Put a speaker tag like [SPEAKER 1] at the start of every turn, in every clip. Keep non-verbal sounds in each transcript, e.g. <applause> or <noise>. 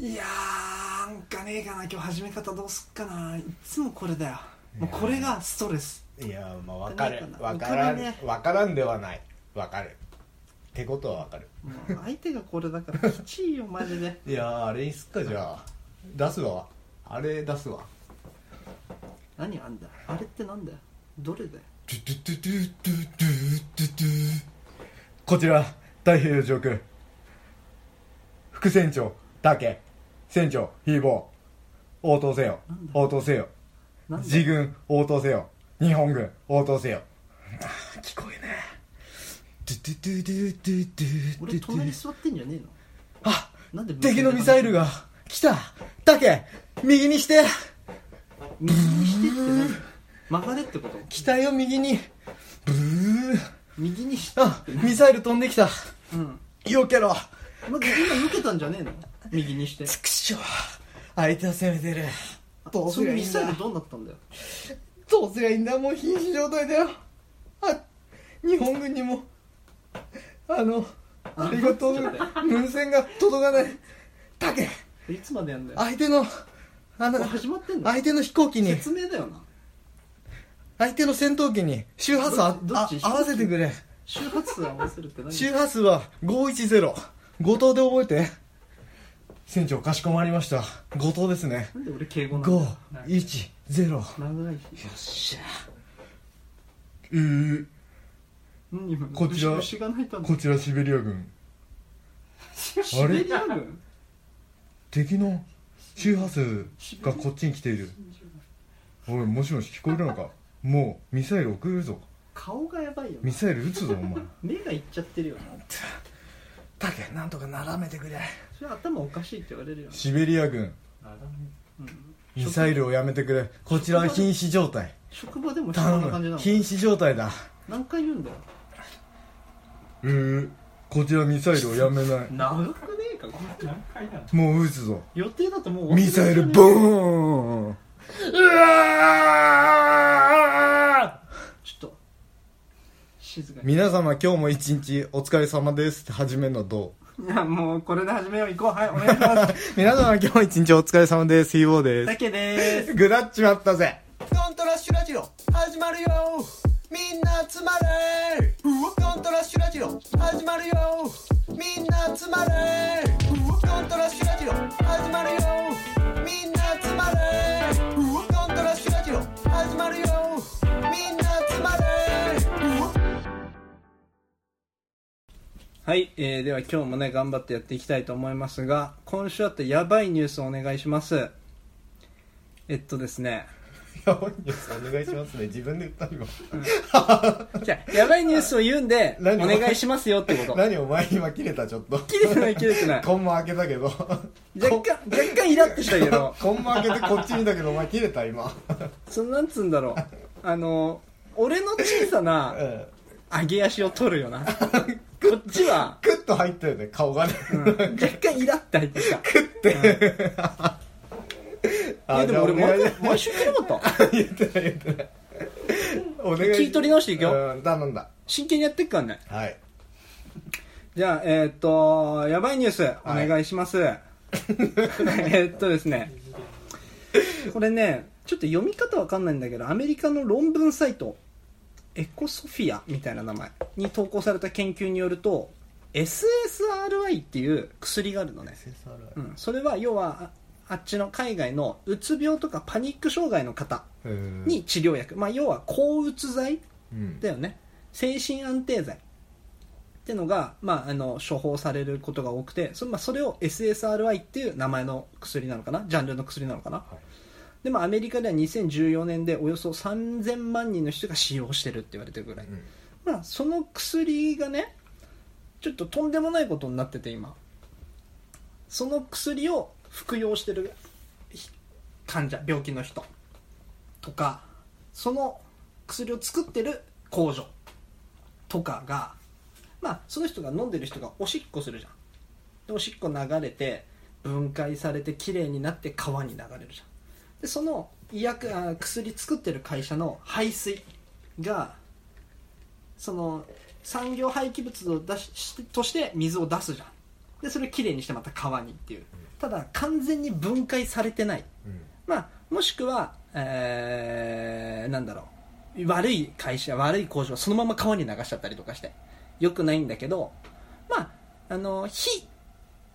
[SPEAKER 1] いやーなんかねえかな今日始め方どうすっかないつもこれだよもうこれがストレス
[SPEAKER 2] いやまあ分かる
[SPEAKER 1] わ
[SPEAKER 2] 分
[SPEAKER 1] か
[SPEAKER 2] か
[SPEAKER 1] る
[SPEAKER 2] らん
[SPEAKER 1] ね
[SPEAKER 2] 分からんではない分かるってことは分かる
[SPEAKER 1] もう相手がこれだからきちいよマジで
[SPEAKER 2] いやーあれにすっかじゃあ出すわあれ出すわ
[SPEAKER 1] 何あんだよあれってなんだよどれだよ
[SPEAKER 2] ドゥドゥドゥドゥドゥドゥドゥこちら太平洋上空副船長竹船長ヒーボー応答せよ
[SPEAKER 1] なんだ
[SPEAKER 2] 応答せよ
[SPEAKER 1] なんだ
[SPEAKER 2] 自
[SPEAKER 1] よ
[SPEAKER 2] 軍応答せよ日本軍応
[SPEAKER 1] <laughs>
[SPEAKER 2] 答せよ聞こえねえドゥドゥドゥドゥドゥドゥド
[SPEAKER 1] 俺
[SPEAKER 2] ゥ
[SPEAKER 1] 隣座ってんじゃねえの
[SPEAKER 2] あ
[SPEAKER 1] なんで
[SPEAKER 2] 敵のミサイルが来た竹右にして
[SPEAKER 1] 右にしてって何曲がれってこと
[SPEAKER 2] 機体を右にブー
[SPEAKER 1] 右にして
[SPEAKER 2] あミサイル飛んできた
[SPEAKER 1] うん
[SPEAKER 2] 避けろ
[SPEAKER 1] まず今避けたんじゃねえの右にして
[SPEAKER 2] くしょ相手は攻めてるどうす
[SPEAKER 1] そ
[SPEAKER 2] り
[SPEAKER 1] の
[SPEAKER 2] ゃい
[SPEAKER 1] ミ
[SPEAKER 2] いん
[SPEAKER 1] サイ
[SPEAKER 2] だ
[SPEAKER 1] ルどうなったんだよ
[SPEAKER 2] どうすりゃいいんだもう瀕死状態だよあ日本軍にもあのありがとう
[SPEAKER 1] ちょっと待
[SPEAKER 2] 無線が届かない竹
[SPEAKER 1] いつまでやんだよ
[SPEAKER 2] 相手のあ
[SPEAKER 1] こ
[SPEAKER 2] の
[SPEAKER 1] れ始まってんの
[SPEAKER 2] 相手の飛行機に
[SPEAKER 1] 説明だよな
[SPEAKER 2] 相手の戦闘機に周波数あ
[SPEAKER 1] どっ
[SPEAKER 2] あ
[SPEAKER 1] ちどっち
[SPEAKER 2] 合わせてくれ
[SPEAKER 1] 周波数合わせるって何
[SPEAKER 2] 周波数は510後藤で覚えて船長かしこまりました後藤ですね
[SPEAKER 1] なんで俺敬語なんだよはい
[SPEAKER 2] 510よ
[SPEAKER 1] 長いし
[SPEAKER 2] っしゃえー、
[SPEAKER 1] 何今
[SPEAKER 2] こちら
[SPEAKER 1] 牛が鳴いたん <laughs> だ
[SPEAKER 2] こちらシベリア軍
[SPEAKER 1] シベリア軍
[SPEAKER 2] 敵の周波数がこっちに来ているおいもしもし聞こえるのかもうミサイル送るぞ
[SPEAKER 1] 顔がやばいよ
[SPEAKER 2] ミ
[SPEAKER 1] な
[SPEAKER 2] サイル撃つぞお前
[SPEAKER 1] 目がいっちゃってるよな
[SPEAKER 2] タケなんとかならめてくれ
[SPEAKER 1] それ頭おかしいって言われるよな
[SPEAKER 2] シベリア軍
[SPEAKER 1] うん
[SPEAKER 2] ミサイルをやめてくれこちらは瀕死状態
[SPEAKER 1] 職場でもそ
[SPEAKER 2] 頼
[SPEAKER 1] んな感じな
[SPEAKER 2] む
[SPEAKER 1] の
[SPEAKER 2] 瀕死状態だ
[SPEAKER 1] 何回言うんだよ
[SPEAKER 2] うーこちらミサイルをやめない
[SPEAKER 1] 長くねえかこれ
[SPEAKER 2] もう撃つぞ
[SPEAKER 1] 予定だともう
[SPEAKER 2] ミサイルボーンうわー
[SPEAKER 1] ちょっと静かに
[SPEAKER 2] 皆様今日も一日お疲れ様ですって始めるのどう
[SPEAKER 1] いやもうこれで始めよう行こうはいお願いします
[SPEAKER 2] <laughs> 皆様今日も一日お疲れ様ですヒーボーで
[SPEAKER 1] だけです
[SPEAKER 2] すぐらっちまったぜ
[SPEAKER 3] コントラッシュラジオ始まるよみんな集まれコントラッシュラジオ始ま
[SPEAKER 2] <laughs>
[SPEAKER 3] るよみんな集まれコントラッシュラジオ始まるよみんな集まれコントラッシュラジオ始まるよみんな集まれ
[SPEAKER 1] はい、えーでは今日もね頑張ってやっていきたいと思いますが今週あったやばいニュースをお願いしますえっとですね
[SPEAKER 2] やばいニュースお願いしますね自分で言った今
[SPEAKER 1] じゃあやばいニュースを言う
[SPEAKER 3] <laughs>
[SPEAKER 1] んでお
[SPEAKER 2] 何
[SPEAKER 1] 願いしますよってこと
[SPEAKER 2] 何お前今切れたちょっと
[SPEAKER 1] 切れてない切れ
[SPEAKER 3] <laughs>
[SPEAKER 1] てない若
[SPEAKER 2] コンマ開けたけど
[SPEAKER 1] 干若干イラッとしたけど
[SPEAKER 2] コンマ開けてこっち見たけどお前切れた今
[SPEAKER 1] そのなんつうんだ
[SPEAKER 2] <laughs>
[SPEAKER 1] ろうあの俺の小さな
[SPEAKER 2] うん
[SPEAKER 1] 上げ足を取る
[SPEAKER 2] <laughs>
[SPEAKER 1] よなこっちは、
[SPEAKER 2] クッと入ったよね顔がね <laughs>
[SPEAKER 1] うん若干イラッと入ってきたい
[SPEAKER 2] あ
[SPEAKER 1] やでも俺
[SPEAKER 2] じゃあお願い
[SPEAKER 1] 毎毎週切れなかった
[SPEAKER 2] 言ってない言ってないお願い
[SPEAKER 1] 聞い取り直していくよ
[SPEAKER 2] うん頼んだ
[SPEAKER 1] 真剣にやってっからね
[SPEAKER 2] はい
[SPEAKER 1] じゃあ、えーっと、やばいニュース、お願いし
[SPEAKER 2] <laughs>
[SPEAKER 1] ます。えーっとですね、これね、ちょっと読み方わかんないんだけど、アメリカの論文サイト、エコソフィアみたいな名前に投稿された研究によると、SSRI っていう薬があるのね。うん、それは要は、ああっちの海外のうつ病とかパニック障害の方
[SPEAKER 2] うん
[SPEAKER 1] に治療薬、まあ、要は抗うつ剤
[SPEAKER 2] うん
[SPEAKER 1] だよね精神安定剤ってのが、まあ、あの処方されることが多くてそ,、まあ、それを SSRI っていう名前の薬なのかなジャンルの薬なのかな、
[SPEAKER 2] い
[SPEAKER 1] でもアメリカでは2014年でおよそ3000万人の人が使用してるって言われてるぐらい、
[SPEAKER 2] うん
[SPEAKER 1] まあ、その薬がねちょっととんでもないことになってて今その薬を服用してるひ患者病気の人とかその薬を作ってる工場とかがまあその人が飲んでる人がおしっこするじゃんでおしっこ流れて分解されてきれいになって川に流れるじゃんでその医薬あ薬作ってる会社の排水がその産業廃棄物を出ししとして水を出すじゃんでそれをきれいにしてまた川にっていうただ完全に分解されてない、
[SPEAKER 2] うん
[SPEAKER 1] まあ、もしくは、えーなんだろう悪い会社悪い工場そのまま川に流しちゃったりとかしてよくないんだけどまああの非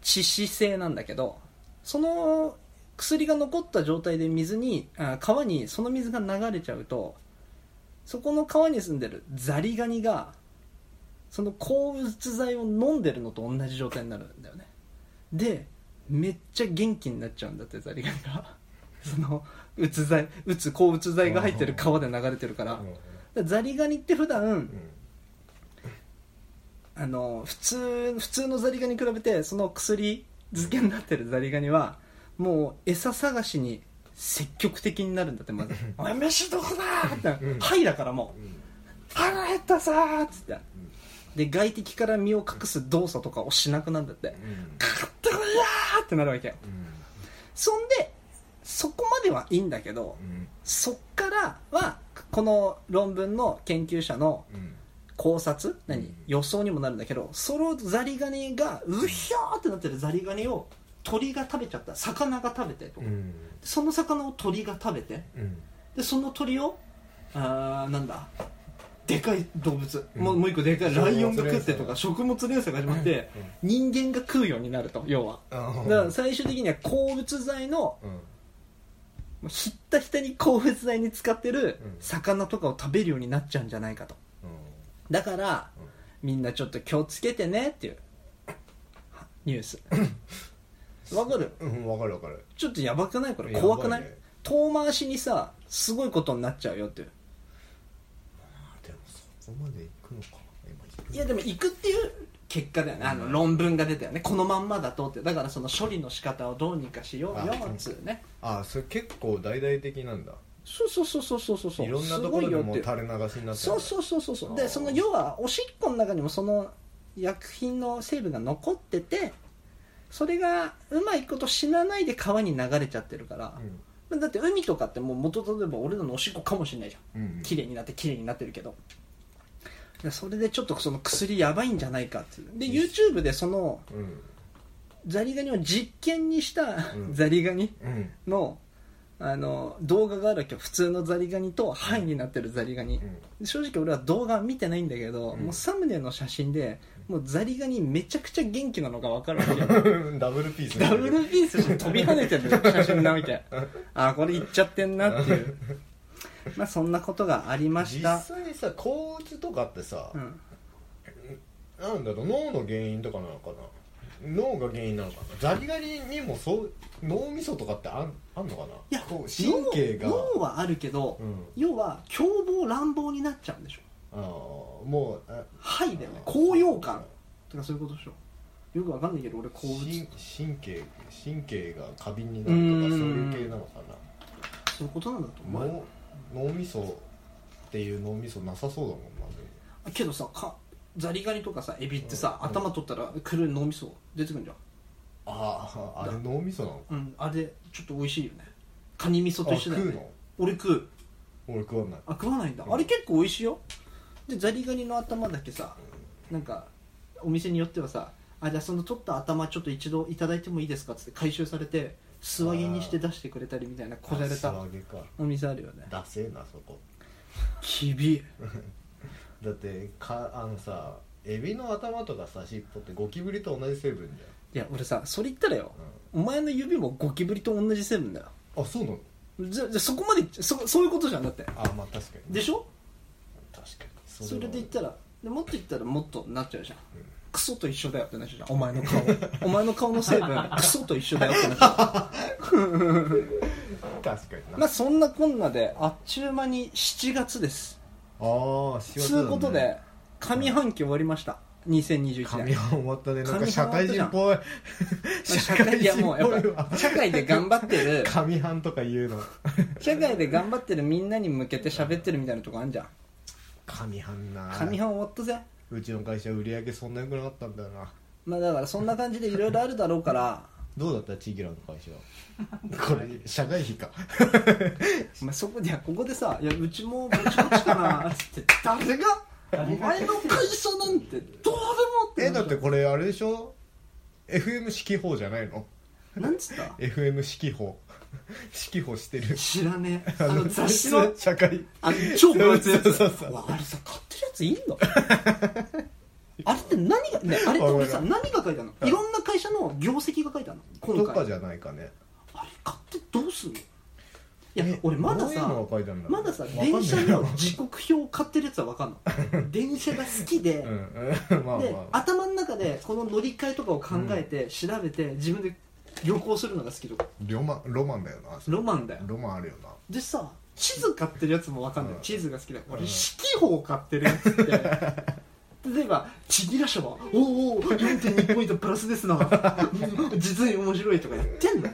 [SPEAKER 1] 致死性なんだけどその薬が残った状態で水にあ川にその水が流れちゃうとそこの川に住んでるザリガニがその抗うつ剤を飲んでるのと同じ状態になるんだよねでめっちゃ元気になっちゃうんだってザリガニが <laughs> そのうつ剤うつ抗うつ剤が入ってる川で流れてるからだからザリガニって普段あの普通普通のザリガニに比べてその薬漬けになってるザリガニはもう餌探しに積極的になるんだってまず「おい飯どこだ!」って
[SPEAKER 2] う
[SPEAKER 1] 「
[SPEAKER 2] ん
[SPEAKER 1] はい」だからもう「腹減ったさ!」っつってで外敵から身を隠す動作とかをしなくなるんだって「かってこいや!」ってなるわけよそんでそこまではいいんだけどそっからはこの論文の研究者の考察
[SPEAKER 2] う
[SPEAKER 1] 何
[SPEAKER 2] ん
[SPEAKER 1] 予想にもなるんだけどそのザリガニがうひょーってなってるザリガニを鳥が食べちゃった魚が食べてと、その魚を鳥が食べてでその鳥をあーなんだでかい動物、
[SPEAKER 2] うん
[SPEAKER 1] もうもう一個でかいライオンが
[SPEAKER 2] 食物連
[SPEAKER 1] 食
[SPEAKER 2] 鎖
[SPEAKER 1] ってとか食物連鎖が始まって、人間が食うようになると要はだから最終的には鉱物剤のもうひったひたに鉱物剤に使ってる
[SPEAKER 2] うん
[SPEAKER 1] 魚とかを食べるようになっちゃうんじゃないかとだから、
[SPEAKER 2] うん
[SPEAKER 1] みんなちょっと気をつけてねっていうはニュース <coughs> わかるちょっとやばくないこれ怖くない遠回しにさすごいことになっちゃうよっていういやでも行くっていう結果だよねあの論文が出たよねこのまんまだとってだからその処理の仕方をどうにかしようよ
[SPEAKER 2] あ
[SPEAKER 1] っつうね
[SPEAKER 2] あそれ結構大々的なんだ
[SPEAKER 1] そうそうそうそうそうそうそう
[SPEAKER 2] いろんなところで
[SPEAKER 1] すごいよ
[SPEAKER 2] もう
[SPEAKER 1] っていう
[SPEAKER 2] 垂れ流しになって
[SPEAKER 1] そうそううそうそうそう
[SPEAKER 2] あ
[SPEAKER 1] で
[SPEAKER 2] ー
[SPEAKER 1] その要はおしっこの中にもその薬品の成分が残っててそれがうまいこと死なないで川に流れちゃってるから、だって海とかってもう元例えば俺らのおしっこかもしれないじゃん綺麗になって綺麗になってるけどでそれでちょっとその薬やばいんじゃないかっていうで YouTube でそのザリガニを実験にした
[SPEAKER 2] うん
[SPEAKER 1] ザリガニの,、あの動画があるわけよ普通のザリガニとハイになってるザリガニ、正直俺は動画見てないんだけど、
[SPEAKER 2] うん
[SPEAKER 1] もうサムネの写真でもうザリガニめちゃくちゃ元気なのが分かるわけよ
[SPEAKER 2] <laughs> ダブルピース
[SPEAKER 1] ダブルピースして飛び跳ねてる写真なみたい
[SPEAKER 2] <laughs>
[SPEAKER 1] ああこれいっちゃってんなっていうまあそんなことがありまし
[SPEAKER 2] 実
[SPEAKER 1] た、
[SPEAKER 2] 際にさ抗うつとかってさ
[SPEAKER 1] うん、
[SPEAKER 2] なんだろう脳の原因とかなのかな脳が原因なのかなザリガニにもそう脳みそとかってあんあんのかない
[SPEAKER 1] や
[SPEAKER 2] こう神経が
[SPEAKER 1] 脳脳はあるけど、
[SPEAKER 2] うん
[SPEAKER 1] 要は凶暴乱暴になっちゃうんでしょ
[SPEAKER 2] あーもうあ
[SPEAKER 1] はいだよね高揚感とかそういうことでしょよくわかんないけど俺こう
[SPEAKER 2] 神神経神経が過敏に
[SPEAKER 1] う
[SPEAKER 2] なる
[SPEAKER 1] ん
[SPEAKER 2] とかそういう系なのか
[SPEAKER 1] そういうことなんだと思
[SPEAKER 2] な
[SPEAKER 1] うよ
[SPEAKER 2] 脳脳みそっていう脳みそなさそうだもんな
[SPEAKER 1] けどさかザリガニとかさエビってさ、
[SPEAKER 2] うん
[SPEAKER 1] 頭取ったら黒い脳みそ出てくるじゃん
[SPEAKER 2] あああれ
[SPEAKER 1] だ
[SPEAKER 2] 脳みそなの
[SPEAKER 1] うんあれちょっと美味しいよねカニ味噌と
[SPEAKER 2] あ
[SPEAKER 1] 一緒だよ
[SPEAKER 2] 食う
[SPEAKER 1] ね
[SPEAKER 2] の
[SPEAKER 1] 俺食う
[SPEAKER 2] 俺食わない
[SPEAKER 1] あ食わないんだ、
[SPEAKER 2] うん
[SPEAKER 1] あれ結構美味しいよでザリガニの頭だけさなんかお店によってはさあじゃあその取った頭ちょっと一度いただいてもいいですかっつって回収されて素揚げにして出してくれたりみたいなこじゃれ
[SPEAKER 2] 素
[SPEAKER 1] た
[SPEAKER 2] 揚げか
[SPEAKER 1] お店あるよね
[SPEAKER 2] ダセえなそこ
[SPEAKER 1] きび
[SPEAKER 2] だってかあのさエビの頭とかさ尻尾ってゴキブリと同じ成分じ
[SPEAKER 1] いや俺さそれ言ったらよ
[SPEAKER 2] ゃん、
[SPEAKER 1] お前の指もゴキブリと同じ成分だよ
[SPEAKER 2] あそうなの
[SPEAKER 1] じゃじゃそこまでそそういうことじゃんだって
[SPEAKER 2] あまあ確かに
[SPEAKER 1] でしょ
[SPEAKER 2] 確かにそ
[SPEAKER 1] それで言った
[SPEAKER 2] ら
[SPEAKER 1] らでもっと言ったらもっとなっちゃうじゃん、
[SPEAKER 2] うん
[SPEAKER 1] クソと一緒だよってなっちゃうじゃんお前の顔
[SPEAKER 2] <laughs>
[SPEAKER 1] お前の顔の成分クソと一緒だよってなっちゃう
[SPEAKER 2] 確かにな、
[SPEAKER 1] まあそんなこんなであっちゅう間に7月です
[SPEAKER 2] ああ
[SPEAKER 1] と、
[SPEAKER 2] 仕事だ
[SPEAKER 1] いうことで上半期終わりました2021
[SPEAKER 2] 髪
[SPEAKER 1] 年
[SPEAKER 2] は終わったねなん
[SPEAKER 1] 髪
[SPEAKER 2] か社会人っぽい社会
[SPEAKER 1] いや
[SPEAKER 2] 人
[SPEAKER 1] も
[SPEAKER 2] っ
[SPEAKER 1] うや
[SPEAKER 2] ぽい
[SPEAKER 1] っ
[SPEAKER 2] わ
[SPEAKER 1] ぱ社会で頑張って
[SPEAKER 2] <laughs>
[SPEAKER 1] る
[SPEAKER 2] 紙半とか言うの
[SPEAKER 1] 社会で頑張ってるみんなに向けて喋ってるみたいなとこあんじゃん
[SPEAKER 2] 紙半な
[SPEAKER 1] 上半終わったぜ
[SPEAKER 2] うちの会社売り上げそんな良くなかったんだよな
[SPEAKER 1] まあだからそんな感じでいろいろあるだろうから
[SPEAKER 2] どうだったちぎらの会社
[SPEAKER 1] <laughs>
[SPEAKER 2] これ社外 <laughs> 費か
[SPEAKER 1] お前そこでいやここでさ「いやうちもぼちぼちかな」っつって「誰がお前の会社なんてどうでも」って
[SPEAKER 2] えだってこれあれでしょ FM 指揮法じゃないの
[SPEAKER 1] なんつった
[SPEAKER 2] FM 指揮法 <laughs> 指揮法してる
[SPEAKER 1] 知らね <laughs> えあの雑誌の
[SPEAKER 2] 社会
[SPEAKER 1] あの超分厚いやつ
[SPEAKER 2] そうそうそう
[SPEAKER 1] わあれさ買ってるやついんのあれって何がねあれって俺さ
[SPEAKER 2] わか
[SPEAKER 1] 何が書いたのいろんな会社の業績が書いたの
[SPEAKER 2] と
[SPEAKER 1] 今
[SPEAKER 2] か
[SPEAKER 1] 回
[SPEAKER 2] じゃないかね
[SPEAKER 1] あれ買ってどうすんのいや
[SPEAKER 2] え
[SPEAKER 1] 俺まだ
[SPEAKER 2] どういう
[SPEAKER 1] さ
[SPEAKER 2] のが書いてあるんだろ
[SPEAKER 1] ま
[SPEAKER 2] う
[SPEAKER 1] ださ
[SPEAKER 2] わかんない
[SPEAKER 1] 電車の時刻表を買ってるやつは分かん
[SPEAKER 2] <laughs>
[SPEAKER 1] ない電車が好きで、 <laughs>
[SPEAKER 2] うんうんまあ
[SPEAKER 1] で
[SPEAKER 2] まあ
[SPEAKER 1] 頭の中でこの乗り換えとかを考えて調べて自分で旅行するのが好きとか
[SPEAKER 2] ロマンロマンだよな
[SPEAKER 1] ロマンだよ
[SPEAKER 2] ロマンあるよな
[SPEAKER 1] でさ地図買ってるやつもわかんない、
[SPEAKER 2] うん
[SPEAKER 1] 地図が好きだよ俺
[SPEAKER 2] うん
[SPEAKER 1] 指揮法買ってるやつ <laughs> って例えば「ちぎらしはおお4.2ポイントプラスですな <laughs> うん実に面白い」とかやってんの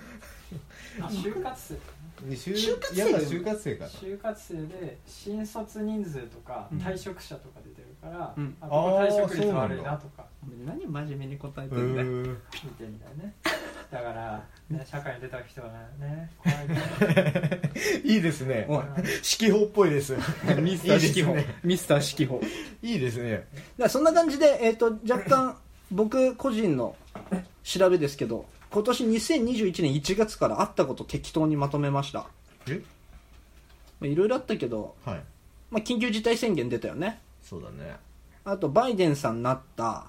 [SPEAKER 4] <laughs> 就活生
[SPEAKER 2] 就
[SPEAKER 1] 就活生
[SPEAKER 2] やっぱ就活生かな
[SPEAKER 4] 就活生で新卒人数とか
[SPEAKER 1] うん
[SPEAKER 4] 退職者とか出てるから、
[SPEAKER 1] うん
[SPEAKER 4] あここ退職率悪いなとか
[SPEAKER 1] お前何真面目に答えて
[SPEAKER 2] うん
[SPEAKER 1] だよ
[SPEAKER 2] ーん
[SPEAKER 4] 見てみたいねだ <laughs> から、ね、社会に出た人はね怖いから
[SPEAKER 2] いいですね
[SPEAKER 1] <laughs> おい
[SPEAKER 2] 指揮法っぽいで
[SPEAKER 1] <laughs>
[SPEAKER 2] す
[SPEAKER 1] ミスター
[SPEAKER 2] いいです
[SPEAKER 1] 指揮法
[SPEAKER 2] ね
[SPEAKER 1] ミスター指揮法
[SPEAKER 2] いいですね
[SPEAKER 1] だからそんな感じで、えー、と若干僕個人の調べですけど今年2021年1月からあったこと適当にまとめましたま
[SPEAKER 2] え
[SPEAKER 1] あいろいろあったけど、
[SPEAKER 2] はい
[SPEAKER 1] まあ、緊急事態宣言出たよね
[SPEAKER 2] そうだね
[SPEAKER 1] あとバイデンさんになった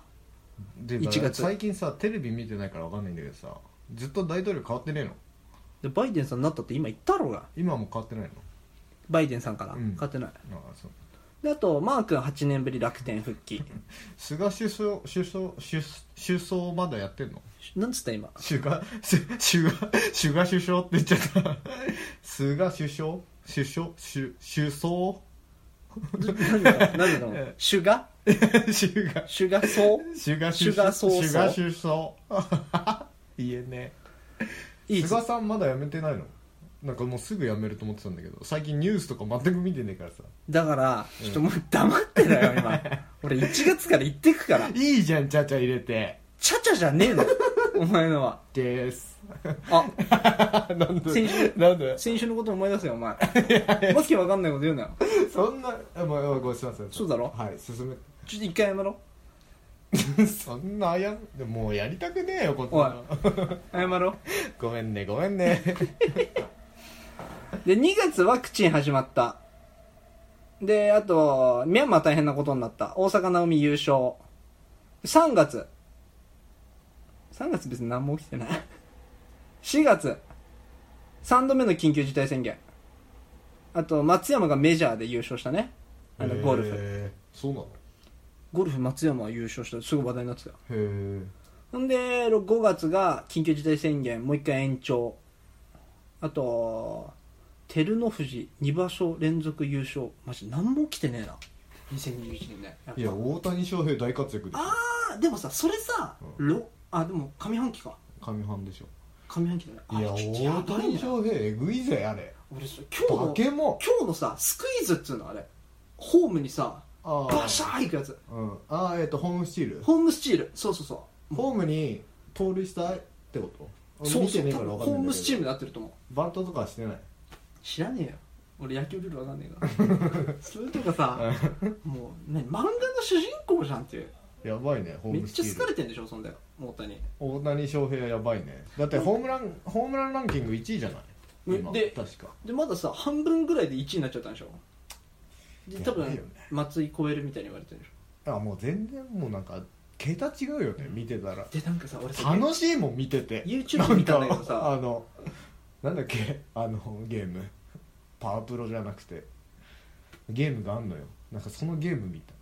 [SPEAKER 2] で
[SPEAKER 1] 1月
[SPEAKER 2] 最近さテレビ見てないからわかんないんだけどさずっと大統領変わってねえの
[SPEAKER 1] でバイデンさんになったって今言ったろうが
[SPEAKER 2] 今も変わってないの
[SPEAKER 1] バイデンさんから、
[SPEAKER 2] うん
[SPEAKER 1] 勝てない
[SPEAKER 2] ああそう
[SPEAKER 1] であとマー君8年ぶり楽天復
[SPEAKER 2] <laughs>
[SPEAKER 1] 帰
[SPEAKER 2] 菅首相首相首首相まだやってんの
[SPEAKER 1] なんつった
[SPEAKER 2] <laughs>
[SPEAKER 1] 今
[SPEAKER 2] 菅菅菅菅首相って言っちゃった菅首相首相首首相
[SPEAKER 1] 何だろう何だろうシュガ
[SPEAKER 2] 菅
[SPEAKER 1] シュガソウ
[SPEAKER 2] 菅
[SPEAKER 1] 首
[SPEAKER 2] 首
[SPEAKER 1] 相
[SPEAKER 2] 相
[SPEAKER 1] 総
[SPEAKER 2] 菅首相言えね
[SPEAKER 1] いい
[SPEAKER 2] 菅
[SPEAKER 1] ぞ
[SPEAKER 2] さんまだ辞めてないのなんかもうすぐ辞めると思ってたんだけど最近ニュースとか全く見てねえからさ
[SPEAKER 1] だからちょっともう黙ってだよ今俺1月から行ってくから
[SPEAKER 2] いいじゃんちゃちゃ入れて
[SPEAKER 1] チャチャじゃねえの <laughs> お前のは
[SPEAKER 2] です
[SPEAKER 1] <laughs> あ
[SPEAKER 2] <laughs> なんで
[SPEAKER 1] 先週
[SPEAKER 2] なんで
[SPEAKER 1] 先週のこと思い出せよお前わけわかんないこと言うなよ
[SPEAKER 2] そんなあもうごめんなさい
[SPEAKER 1] そうだろ
[SPEAKER 2] はい進め
[SPEAKER 1] ちょっと一回やめろ
[SPEAKER 2] <laughs> そんなあやでもうやりたくねえよこんなの
[SPEAKER 1] 謝ろ
[SPEAKER 2] <laughs> ごめんねごめん <laughs> ね
[SPEAKER 1] で2月ワクチン始まったであとミャンマー大変なことになった大阪なおみ優勝3月3月別に何も起きてない4月3度目の緊急事態宣言あと松山がメジャーで優勝したねあのゴルフ、
[SPEAKER 2] へえそうなの
[SPEAKER 1] ゴルフ松山は優勝したすごい話題になってたよ
[SPEAKER 2] へ
[SPEAKER 1] ほんで5月が緊急事態宣言もう一回延長あと照ノ富士2場所連続優勝マジ何も起きてねえな2021年ねやっぱ
[SPEAKER 2] えいや大谷翔平大活躍でしょ
[SPEAKER 1] あでもさそれさ、
[SPEAKER 2] う
[SPEAKER 1] ろあでも上半期か
[SPEAKER 2] 上半でしょ
[SPEAKER 1] 上半期だねあ
[SPEAKER 2] いや
[SPEAKER 1] ちょっとや
[SPEAKER 2] 大
[SPEAKER 1] ばい
[SPEAKER 2] 谷
[SPEAKER 1] ね
[SPEAKER 2] 翔平えぐいぜあれ
[SPEAKER 1] 俺さ今日
[SPEAKER 2] 化
[SPEAKER 1] の
[SPEAKER 2] け物
[SPEAKER 1] 今日のさスクイズっつうのあれホームにさ
[SPEAKER 2] あー
[SPEAKER 1] バシャーいくやつ
[SPEAKER 2] うんあーえっとホームスチール
[SPEAKER 1] ホームスチールそうそうそう
[SPEAKER 2] ホームに盗塁したってこと俺
[SPEAKER 1] そう
[SPEAKER 2] 見
[SPEAKER 1] そ
[SPEAKER 2] て
[SPEAKER 1] う
[SPEAKER 2] ねえ
[SPEAKER 1] 多
[SPEAKER 2] から
[SPEAKER 1] 分
[SPEAKER 2] わかん
[SPEAKER 1] ホー
[SPEAKER 2] ないんだけど
[SPEAKER 1] ムスチームで合ってると思う
[SPEAKER 2] バントとかはしてない
[SPEAKER 1] 知らねえよ俺野球ルールわかんねえから
[SPEAKER 2] <laughs>
[SPEAKER 1] それとかさもうね漫画の主人公じゃんっていう
[SPEAKER 2] やばいねホ
[SPEAKER 1] め
[SPEAKER 2] ー
[SPEAKER 1] っ
[SPEAKER 2] ムス
[SPEAKER 1] ち
[SPEAKER 2] チ
[SPEAKER 1] ゃ好か
[SPEAKER 2] ー
[SPEAKER 1] れ
[SPEAKER 2] ル
[SPEAKER 1] てんでしょそんだよ大谷
[SPEAKER 2] 大谷翔平やばいねだってホームランホームランランキング1位じゃない
[SPEAKER 1] うん
[SPEAKER 2] 今
[SPEAKER 1] で
[SPEAKER 2] 確か
[SPEAKER 1] でまださ半分ぐらいで1位になっちゃったんでしょで多
[SPEAKER 2] やばいよ
[SPEAKER 1] 分
[SPEAKER 2] ね
[SPEAKER 1] 松井超えるみたいに言われてるでし
[SPEAKER 2] あもう全然もうなんか桁違うよね見てたら
[SPEAKER 1] ょでなんかさ俺さ
[SPEAKER 2] 楽しいもん見てて
[SPEAKER 1] YouTube 見たんだけどさ
[SPEAKER 2] なんかあのなんだっけあのゲームパワープロじゃなくてゲームがあんのよなんかそのゲーム見た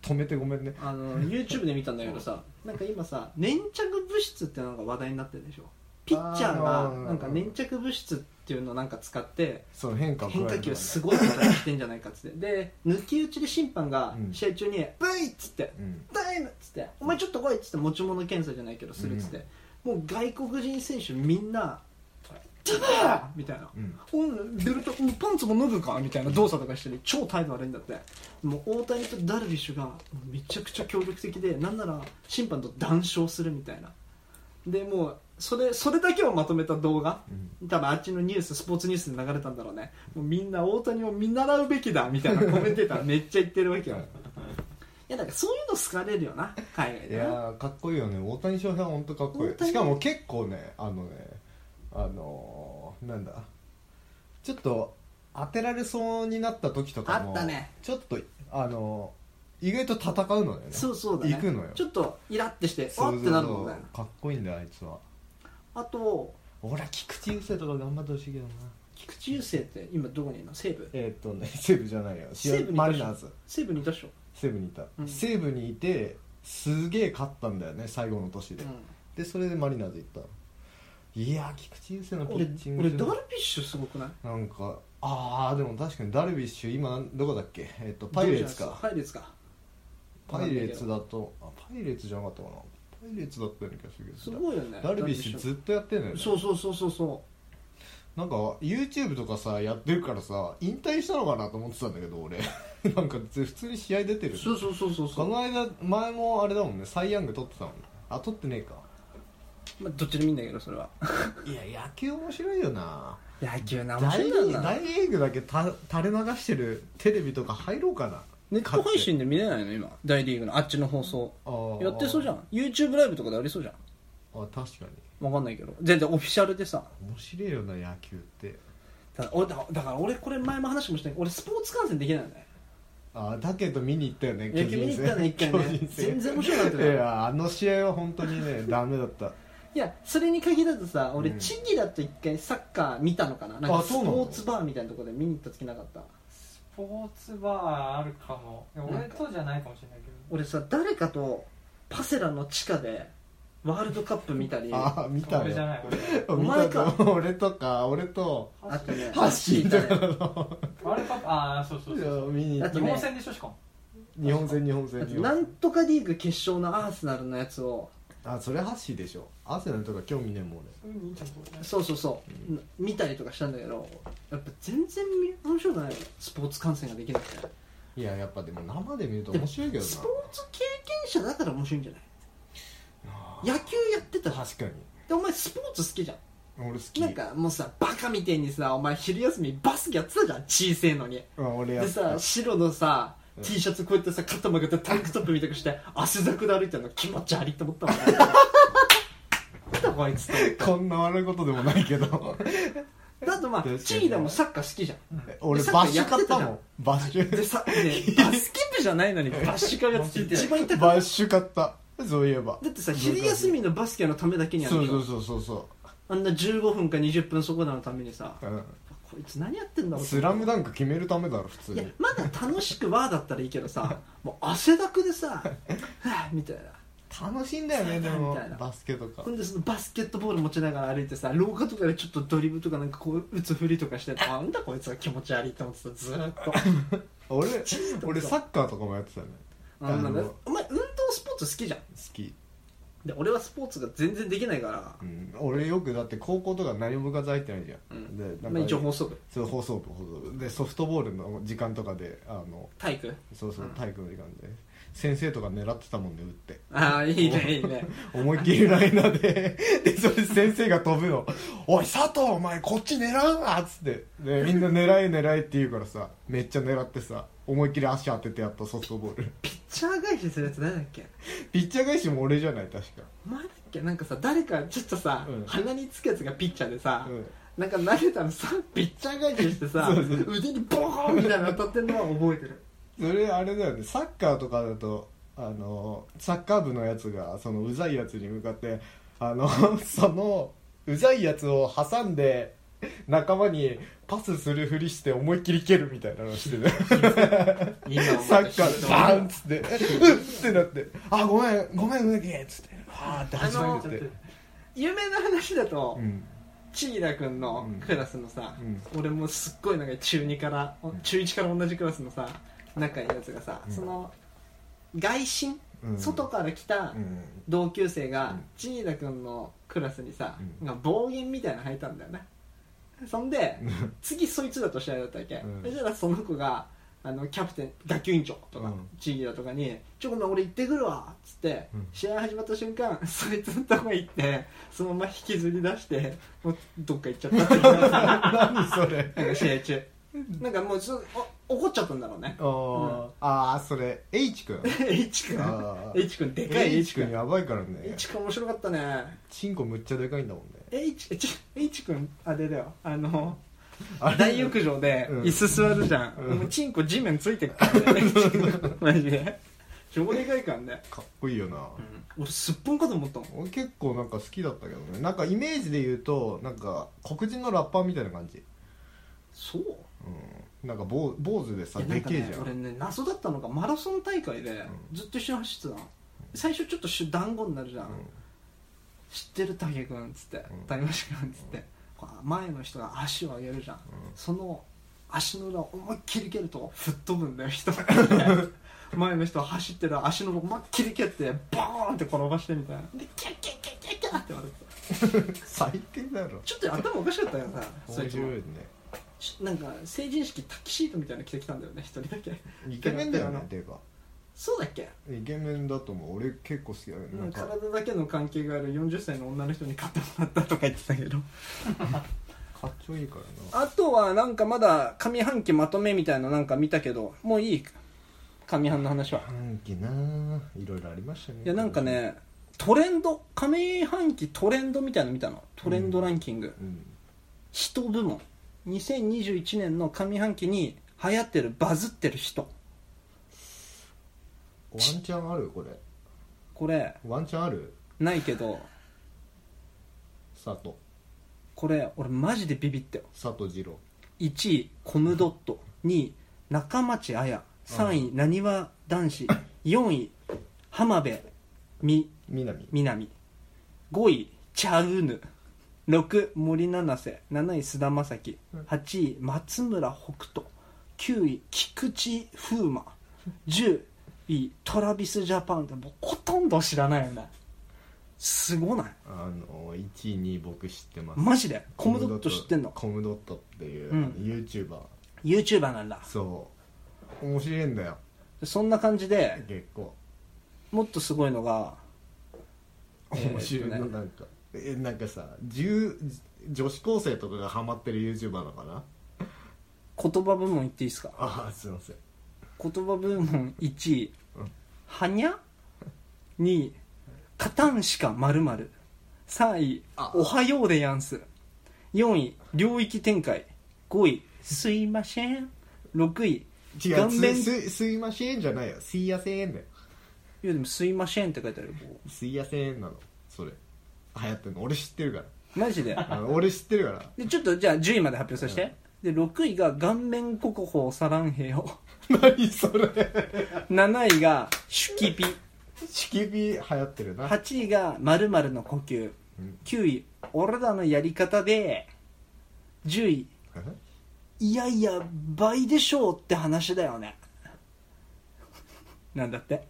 [SPEAKER 2] 止めてごめんね
[SPEAKER 1] あの YouTube で見たんだけどさなんか今さ粘着物質ってのが話題になってるでしょピッチャー
[SPEAKER 2] あ
[SPEAKER 1] が
[SPEAKER 2] ー
[SPEAKER 1] なんか粘着物質っていうのをなんか使って
[SPEAKER 2] その変化を加え
[SPEAKER 1] 変
[SPEAKER 2] るのが
[SPEAKER 1] 化球
[SPEAKER 2] ね
[SPEAKER 1] すごいことやしてんじゃないかっつってで抜き打ちで審判が
[SPEAKER 2] うん
[SPEAKER 1] 試合中に「ブイ!」っつって
[SPEAKER 2] うん
[SPEAKER 1] 「タイム!」っつって「お前ちょっと来い!」っつって持ち物検査じゃないけどするっつって、もう外国人選手みんな「た
[SPEAKER 4] <laughs>
[SPEAKER 1] だ!」みたいな
[SPEAKER 2] う。ん
[SPEAKER 1] うん、ベルトうんパンツも脱ぐかみたいな動作とかしてて超態度悪いんだってもう大谷とダルビッシュがめちゃくちゃ協力的でなんなら審判と談笑するみたいなでもうそれそれだけをまとめた動画
[SPEAKER 2] うん
[SPEAKER 1] 多分あっちのニューススポーツニュースで流れたんだろうねもうみんな大谷を見習うべきだみ
[SPEAKER 2] <laughs>
[SPEAKER 1] たいなコメンテーターめっちゃ言ってるわけよいやだからそういうの好かれるよな海外
[SPEAKER 2] い
[SPEAKER 1] で
[SPEAKER 2] や
[SPEAKER 1] な
[SPEAKER 2] ーかっこいいよね大谷翔平は本当かっこい
[SPEAKER 1] 大谷
[SPEAKER 2] いしかも結構ねあのねあのーなんだちょっと当てられそうになった時とかも
[SPEAKER 1] あったね
[SPEAKER 2] ちょっとあのー意外と戦うのよね
[SPEAKER 1] そうそうだね
[SPEAKER 2] 行くのよ
[SPEAKER 1] ちょっとイラってして
[SPEAKER 2] そう
[SPEAKER 1] あ
[SPEAKER 2] そ
[SPEAKER 1] っ
[SPEAKER 2] うそ
[SPEAKER 1] て
[SPEAKER 2] う
[SPEAKER 1] なるもんね
[SPEAKER 2] かっこいいんだよあいつは
[SPEAKER 1] あと
[SPEAKER 2] 俺は菊池雄星とか頑張ってほしいけどな
[SPEAKER 1] 菊池雄星って今どこにいるの西武
[SPEAKER 2] えーっとね西武じゃないよ
[SPEAKER 1] 西武にいたっしょ
[SPEAKER 2] マリナーズ
[SPEAKER 1] 西武にいたっしょ、
[SPEAKER 2] 西武にいた、
[SPEAKER 1] うん
[SPEAKER 2] 西武にいてすげえ勝ったんだよね最後の年で、
[SPEAKER 1] う
[SPEAKER 2] でそれでマリナーズ行ったのいやー菊池雄星の
[SPEAKER 1] ん、
[SPEAKER 2] ピ
[SPEAKER 1] 俺
[SPEAKER 2] ッチング
[SPEAKER 1] 俺ダルビッシュすごくない
[SPEAKER 2] なんかああでも確かにダルビッシュ今なんどこだっけえっとパイレーツか
[SPEAKER 1] パイレーツか
[SPEAKER 2] パイレーツだとあパイレーツじゃなかったかなパイレーツだったような気がするけど
[SPEAKER 1] すごいよね
[SPEAKER 2] ダルビッシュずっとやってんのよね
[SPEAKER 1] そうそうそうそうそ
[SPEAKER 2] なんか YouTube とかさやってるからさ引退したのかなと思ってたんだけど俺 <laughs> なんか普通に試合出て
[SPEAKER 1] う
[SPEAKER 2] る
[SPEAKER 1] そうそうそうそうそ
[SPEAKER 2] こ
[SPEAKER 1] う、
[SPEAKER 2] の間前もあれだもんねサイ・ヤング取ってたもんねあ取ってねえか
[SPEAKER 1] まあ、どっちでもいいんだけどそれはい
[SPEAKER 2] や野球面白いよな
[SPEAKER 1] 野球な面
[SPEAKER 2] 大
[SPEAKER 1] 白
[SPEAKER 2] リ
[SPEAKER 1] いんだよ
[SPEAKER 2] ーグ
[SPEAKER 1] な
[SPEAKER 2] 大リーグだけた垂れ流してるテレビとか入ろうかな
[SPEAKER 1] ネット配信で見れないの今大リーグのあっちの放送
[SPEAKER 2] あー
[SPEAKER 1] やってそうじゃん YouTube ライブとかでありそうじゃん
[SPEAKER 2] あ確かに
[SPEAKER 1] わかんないけど全然オフィシャルでさ
[SPEAKER 2] 面白いよな野球って
[SPEAKER 1] ただ俺だだから俺これ前も話もしたけど俺スポーツ観戦できないのね
[SPEAKER 2] あだけど見に行ったよね
[SPEAKER 1] 野球見に行ったの一回
[SPEAKER 2] <laughs> 巨
[SPEAKER 1] ね
[SPEAKER 2] 人戦
[SPEAKER 1] 全然面白くなかった
[SPEAKER 2] い
[SPEAKER 1] よ
[SPEAKER 2] やあの試合は本当に
[SPEAKER 1] <laughs>
[SPEAKER 2] ねダメだった
[SPEAKER 1] いやそれに限らずさ俺
[SPEAKER 2] うん
[SPEAKER 1] チギだと一回サッカー見たのかななんか
[SPEAKER 2] あ
[SPEAKER 1] ス
[SPEAKER 2] そうなの
[SPEAKER 1] ポーツバーみたいなところで見に行った時なかった
[SPEAKER 4] スポーツバーあるかもいや俺とじゃないかもしれないけど
[SPEAKER 1] 俺さ誰かとパセラの地下でワールドカップ見たりあ
[SPEAKER 2] あ見た
[SPEAKER 4] 俺じゃ
[SPEAKER 2] よ
[SPEAKER 4] ない俺
[SPEAKER 1] お
[SPEAKER 2] 見
[SPEAKER 1] 前
[SPEAKER 2] た
[SPEAKER 1] か
[SPEAKER 2] と <laughs> 俺とか俺と
[SPEAKER 1] と
[SPEAKER 2] <laughs>
[SPEAKER 1] ね
[SPEAKER 2] ハッシー
[SPEAKER 1] い
[SPEAKER 2] と
[SPEAKER 1] たね
[SPEAKER 2] かの
[SPEAKER 4] ワールドカップああそうそう
[SPEAKER 2] い
[SPEAKER 4] そう
[SPEAKER 2] や見に行っ
[SPEAKER 1] あと
[SPEAKER 2] た
[SPEAKER 4] 日
[SPEAKER 1] ね
[SPEAKER 4] 本戦でしょしかも
[SPEAKER 2] 日本戦日本戦
[SPEAKER 1] あ
[SPEAKER 2] 日
[SPEAKER 1] と
[SPEAKER 2] 本
[SPEAKER 1] な
[SPEAKER 2] 戦
[SPEAKER 1] んとかリーグ決勝のアーセナルのやつを
[SPEAKER 2] あそれハッシーでしょアーセナルとか興味ねえもん俺
[SPEAKER 4] うんいいと思うね
[SPEAKER 1] そうそうそう、見たりとかしたんだけどやっぱ全然見面白くないのスポーツ観戦ができなくて
[SPEAKER 2] いややっぱでも生で見ると
[SPEAKER 1] でも
[SPEAKER 2] 面白いけど
[SPEAKER 1] スポーツ経験者だから面白いんじゃない
[SPEAKER 2] な
[SPEAKER 1] 野球やってたら
[SPEAKER 2] 確かに
[SPEAKER 1] でお前スポーツ好きじゃん
[SPEAKER 2] 俺好き
[SPEAKER 1] なんかもうさバカみてえにさお前昼休みバスケやってたじゃん小せえのに
[SPEAKER 2] うん俺や
[SPEAKER 1] で
[SPEAKER 2] っ
[SPEAKER 1] さ白のさ
[SPEAKER 2] うん
[SPEAKER 1] T シャツこうやってさ肩曲げてタンクトップみたくして汗だくで歩いてるの気持ち悪いと思ったもんねなんだこいつと思っ
[SPEAKER 2] こんな悪いことでもないけ
[SPEAKER 1] <laughs>
[SPEAKER 2] ど
[SPEAKER 1] たであとまあ
[SPEAKER 2] 確かに
[SPEAKER 1] チーダもサッカー好きじゃん
[SPEAKER 2] 俺
[SPEAKER 1] で
[SPEAKER 2] バッシュ買った
[SPEAKER 1] サッカーやってたじゃ
[SPEAKER 2] も
[SPEAKER 1] ん
[SPEAKER 2] んバッシュ
[SPEAKER 1] でさ、 <laughs> ね、バスケ部じゃないのにバッシュ買うやつって一番痛くない
[SPEAKER 2] バッシュ買ったそういえば
[SPEAKER 1] だってさ昼休みのバスケのためだけにやる
[SPEAKER 2] そ
[SPEAKER 1] で
[SPEAKER 2] う
[SPEAKER 1] し
[SPEAKER 2] そ
[SPEAKER 1] ょ
[SPEAKER 2] うそうそうそ
[SPEAKER 1] あんな15分か20分そこらのためにさ
[SPEAKER 2] う、うん
[SPEAKER 1] こいつ何やってんだろう
[SPEAKER 2] スラムダンク決めるためだろ普通
[SPEAKER 1] いや
[SPEAKER 2] に
[SPEAKER 1] まだ楽しくはだったらいいけど
[SPEAKER 2] <laughs>
[SPEAKER 1] さもう汗だくでさはぁみたいな
[SPEAKER 2] 楽しいんだよねで
[SPEAKER 1] み
[SPEAKER 2] も
[SPEAKER 1] たいな
[SPEAKER 2] バスケとか
[SPEAKER 1] ほんでそのバスケットボール持ちながら歩いてさ廊下とかでちょっとドリブとかなんかこう打つふりとか
[SPEAKER 2] <laughs>
[SPEAKER 1] してなんだこいつは気持ち悪いって思ってたずーっと
[SPEAKER 2] 俺俺サッカーとかもやってたね
[SPEAKER 1] あの
[SPEAKER 2] あの
[SPEAKER 1] お前運動スポーツ好きじゃん
[SPEAKER 2] 好き、
[SPEAKER 1] で俺はスポーツが全然できないから、
[SPEAKER 2] うん、俺よくだって高校とか何も部活入ってないじゃん、
[SPEAKER 1] うん
[SPEAKER 2] でな
[SPEAKER 1] ま
[SPEAKER 2] んか
[SPEAKER 1] あ、一応放送部
[SPEAKER 2] そう放送部放送部でソフトボールの時間とかであの
[SPEAKER 1] 体育
[SPEAKER 2] そうそう
[SPEAKER 1] うん
[SPEAKER 2] 体育の時間で先生とか狙ってたもんね打って
[SPEAKER 1] ああいいねいいね
[SPEAKER 2] 思いっきりライナーで <laughs> でそれで先生が飛ぶの「おい佐藤お前こっち狙うな」っつってでみんな「狙い狙い」って言うからさめっちゃ狙ってさ思いっきり足当ててやったソフトボール <laughs>
[SPEAKER 1] ピッチャー返しするやつ誰だっけ
[SPEAKER 2] ピッチャー返しも俺じゃない確か、
[SPEAKER 1] お前だっけなんかさ誰かちょっとさ、
[SPEAKER 2] うん
[SPEAKER 1] 鼻につくやつがピッチャーでさ、
[SPEAKER 2] うん、
[SPEAKER 1] なんか投げたのさピッチャー返ししてさ
[SPEAKER 2] そうそう
[SPEAKER 1] 腕にボーンみたいなの当たってるのは覚えてる
[SPEAKER 2] それあれだよねサッカーとかだとあのサッカー部のやつがそのうざいやつに向かってあの <laughs> そのうざいやつを挟んで仲間にパスするふりして思いっきり蹴るみたいなのしてね
[SPEAKER 1] 今
[SPEAKER 2] サッカーでバーンっつって「うっ!」ってなって「あごめんごめん植木」っつって「ああ」って始まるって
[SPEAKER 4] ちょっ
[SPEAKER 1] 有名な話だと、
[SPEAKER 2] うん
[SPEAKER 1] 千木田君のクラスのさ、
[SPEAKER 2] うん
[SPEAKER 1] 俺もすっごいなんか中2から中1から同じクラスのさ仲いいやつがさ、
[SPEAKER 2] うん
[SPEAKER 1] その外心、
[SPEAKER 2] うん
[SPEAKER 1] 外から来た
[SPEAKER 2] うん
[SPEAKER 1] 同級生
[SPEAKER 2] う
[SPEAKER 1] が
[SPEAKER 2] ん
[SPEAKER 1] 千木田君のクラスにさ、
[SPEAKER 2] うん
[SPEAKER 1] なんか暴言みたいなの吐いたんだよねそんで
[SPEAKER 2] うん <laughs>
[SPEAKER 1] 次そいつだと試合だったわけ、
[SPEAKER 2] うん
[SPEAKER 1] そしたらその子があのキャプテン学級委員長と
[SPEAKER 2] う
[SPEAKER 1] か
[SPEAKER 2] ん
[SPEAKER 1] 地域だとかに「ちょごめん俺行ってくるわ」っつって、
[SPEAKER 2] うん
[SPEAKER 1] 試合始まった瞬間 <laughs> そいつのとこ行ってそのまま引きずり出してもうどっか行っちゃったって
[SPEAKER 2] <laughs>
[SPEAKER 1] いうな
[SPEAKER 2] 何それ
[SPEAKER 1] んか試合中なんかもうちょっとお怒っちゃったんだろうね
[SPEAKER 2] あー、あーそれ H 君
[SPEAKER 1] H 君
[SPEAKER 2] あー
[SPEAKER 1] H 君でかい H
[SPEAKER 2] H 君
[SPEAKER 1] 君
[SPEAKER 2] やばいからね
[SPEAKER 1] H 君面白かったね
[SPEAKER 2] チンコむっちゃでかいんだもんね
[SPEAKER 1] H, H, H 君あれだよあの
[SPEAKER 2] あれ
[SPEAKER 1] 大浴場で
[SPEAKER 2] うん
[SPEAKER 1] 椅子座るじゃん、
[SPEAKER 2] うん
[SPEAKER 1] もうチンコ地面ついてっから
[SPEAKER 2] <laughs>
[SPEAKER 1] ねマジで上でかいからね、
[SPEAKER 2] かっこいいよな、
[SPEAKER 1] 俺すっぽんかと思ったもん
[SPEAKER 2] 俺結構なんか好きだったけどねなんかイメージで言うとなんか黒人のラッパーみたいな感じ、
[SPEAKER 1] そう
[SPEAKER 2] うん、なんか坊坊主でさ
[SPEAKER 1] いやな
[SPEAKER 2] で
[SPEAKER 1] んか
[SPEAKER 2] けえ
[SPEAKER 1] ね
[SPEAKER 2] じゃん
[SPEAKER 1] 俺ね謎だったのがマラソン大会で
[SPEAKER 2] う
[SPEAKER 1] ずっと一緒に走ってたの、最初ちょっとし団子になるじゃん、
[SPEAKER 2] うん
[SPEAKER 1] 知ってる武君っつって
[SPEAKER 2] ん
[SPEAKER 1] 谷橋君っつって、こう前の人が足を上げるじゃん、その足の裏を思いっきり蹴ると吹っ飛ぶんだよ
[SPEAKER 2] <laughs>
[SPEAKER 1] 人が前の人は走ってる足の裏を思いっきり蹴ってボーンって転ばしてみたいなでキャッキャッキャッキャッキャッって言われて
[SPEAKER 2] <laughs> 最低だろ
[SPEAKER 1] ちょっと頭おかしかったよなそい
[SPEAKER 2] 面
[SPEAKER 1] つ
[SPEAKER 2] 白
[SPEAKER 1] も
[SPEAKER 2] いね
[SPEAKER 1] ちょなんか成人式タキシードみたいなの着てきたんだよね一人だけ
[SPEAKER 2] イケメンだよね
[SPEAKER 1] ペ
[SPEAKER 2] ていうか
[SPEAKER 1] そうだっけ
[SPEAKER 2] イケメンだと思う俺結構好きだよねなんか
[SPEAKER 1] 体だけの関係がある40歳の女の人に買ってもらったとか言ってたけど
[SPEAKER 2] かっちょいいからな
[SPEAKER 1] あとはなんかまだ上半期まとめみたいななんか見たけどもういい上半の話は
[SPEAKER 2] 半期ないろいろありましたね
[SPEAKER 1] いやなんかねトレンド上半期トレンドみたいなの見たのトレンドランキング、
[SPEAKER 2] うん
[SPEAKER 1] 人部門2021年の上半期に流行ってるバズってる人
[SPEAKER 2] ワンチャンあるこれ
[SPEAKER 1] これ
[SPEAKER 2] ワンチャンある
[SPEAKER 1] ないけど
[SPEAKER 2] 佐藤
[SPEAKER 1] これ俺マジでビビったよ
[SPEAKER 2] 佐藤二郎
[SPEAKER 1] 1位コムドット2位中町綾3位なにわ男
[SPEAKER 2] <laughs>
[SPEAKER 1] 子4位浜辺美
[SPEAKER 2] 南
[SPEAKER 1] 南5位チャウヌ6森七瀬7位須田将暉
[SPEAKER 2] うん
[SPEAKER 1] 8位松村北斗9位菊池風
[SPEAKER 2] <laughs>
[SPEAKER 1] 磨10位トラビスジャパンってもうほとんど知らないよねすごない
[SPEAKER 2] あの1位2位僕知ってます
[SPEAKER 1] マジでコムドット知ってんの
[SPEAKER 2] コムドットっていう、
[SPEAKER 1] うん
[SPEAKER 2] YouTuber
[SPEAKER 1] YouTuber なんだ
[SPEAKER 2] そう面白いんだよ
[SPEAKER 1] でそんな感じで
[SPEAKER 2] 結構
[SPEAKER 1] もっとすごいのが
[SPEAKER 2] 面白い
[SPEAKER 1] えー
[SPEAKER 2] な
[SPEAKER 1] っとね
[SPEAKER 2] なんかえなんかさ10女子高生とかがハマってる YouTuber なのかな
[SPEAKER 1] 言葉部門言っていいですか
[SPEAKER 2] ああすいません
[SPEAKER 1] 言葉部門1位
[SPEAKER 2] うん
[SPEAKER 1] 「はにゃ」2位「カタンしかまる3位
[SPEAKER 2] あ
[SPEAKER 1] 「おはようでやんす」4位「領域展開」5位「すいません」6位
[SPEAKER 2] 違う
[SPEAKER 1] 顔面
[SPEAKER 2] すすすいませんじゃないよすいやせんだよ
[SPEAKER 1] 「いやでもすいません」って書いてあるよこ
[SPEAKER 2] すいやせんなのそれ流行ってんの俺知ってるか
[SPEAKER 1] うマジで
[SPEAKER 2] らあ
[SPEAKER 1] <laughs>
[SPEAKER 2] の俺知ってるから
[SPEAKER 1] でちょっとじゃあ10位まで発表させてで6位が「顔面国宝サランヘヨ
[SPEAKER 2] 何それ」
[SPEAKER 1] 7位が「シュキピ」
[SPEAKER 2] シキビ流行ってるな
[SPEAKER 1] 8位が「まるの呼吸
[SPEAKER 2] うん」
[SPEAKER 1] 9位「俺らのやり方で」10位いやいや倍でしょうって話だよね <laughs> なんだって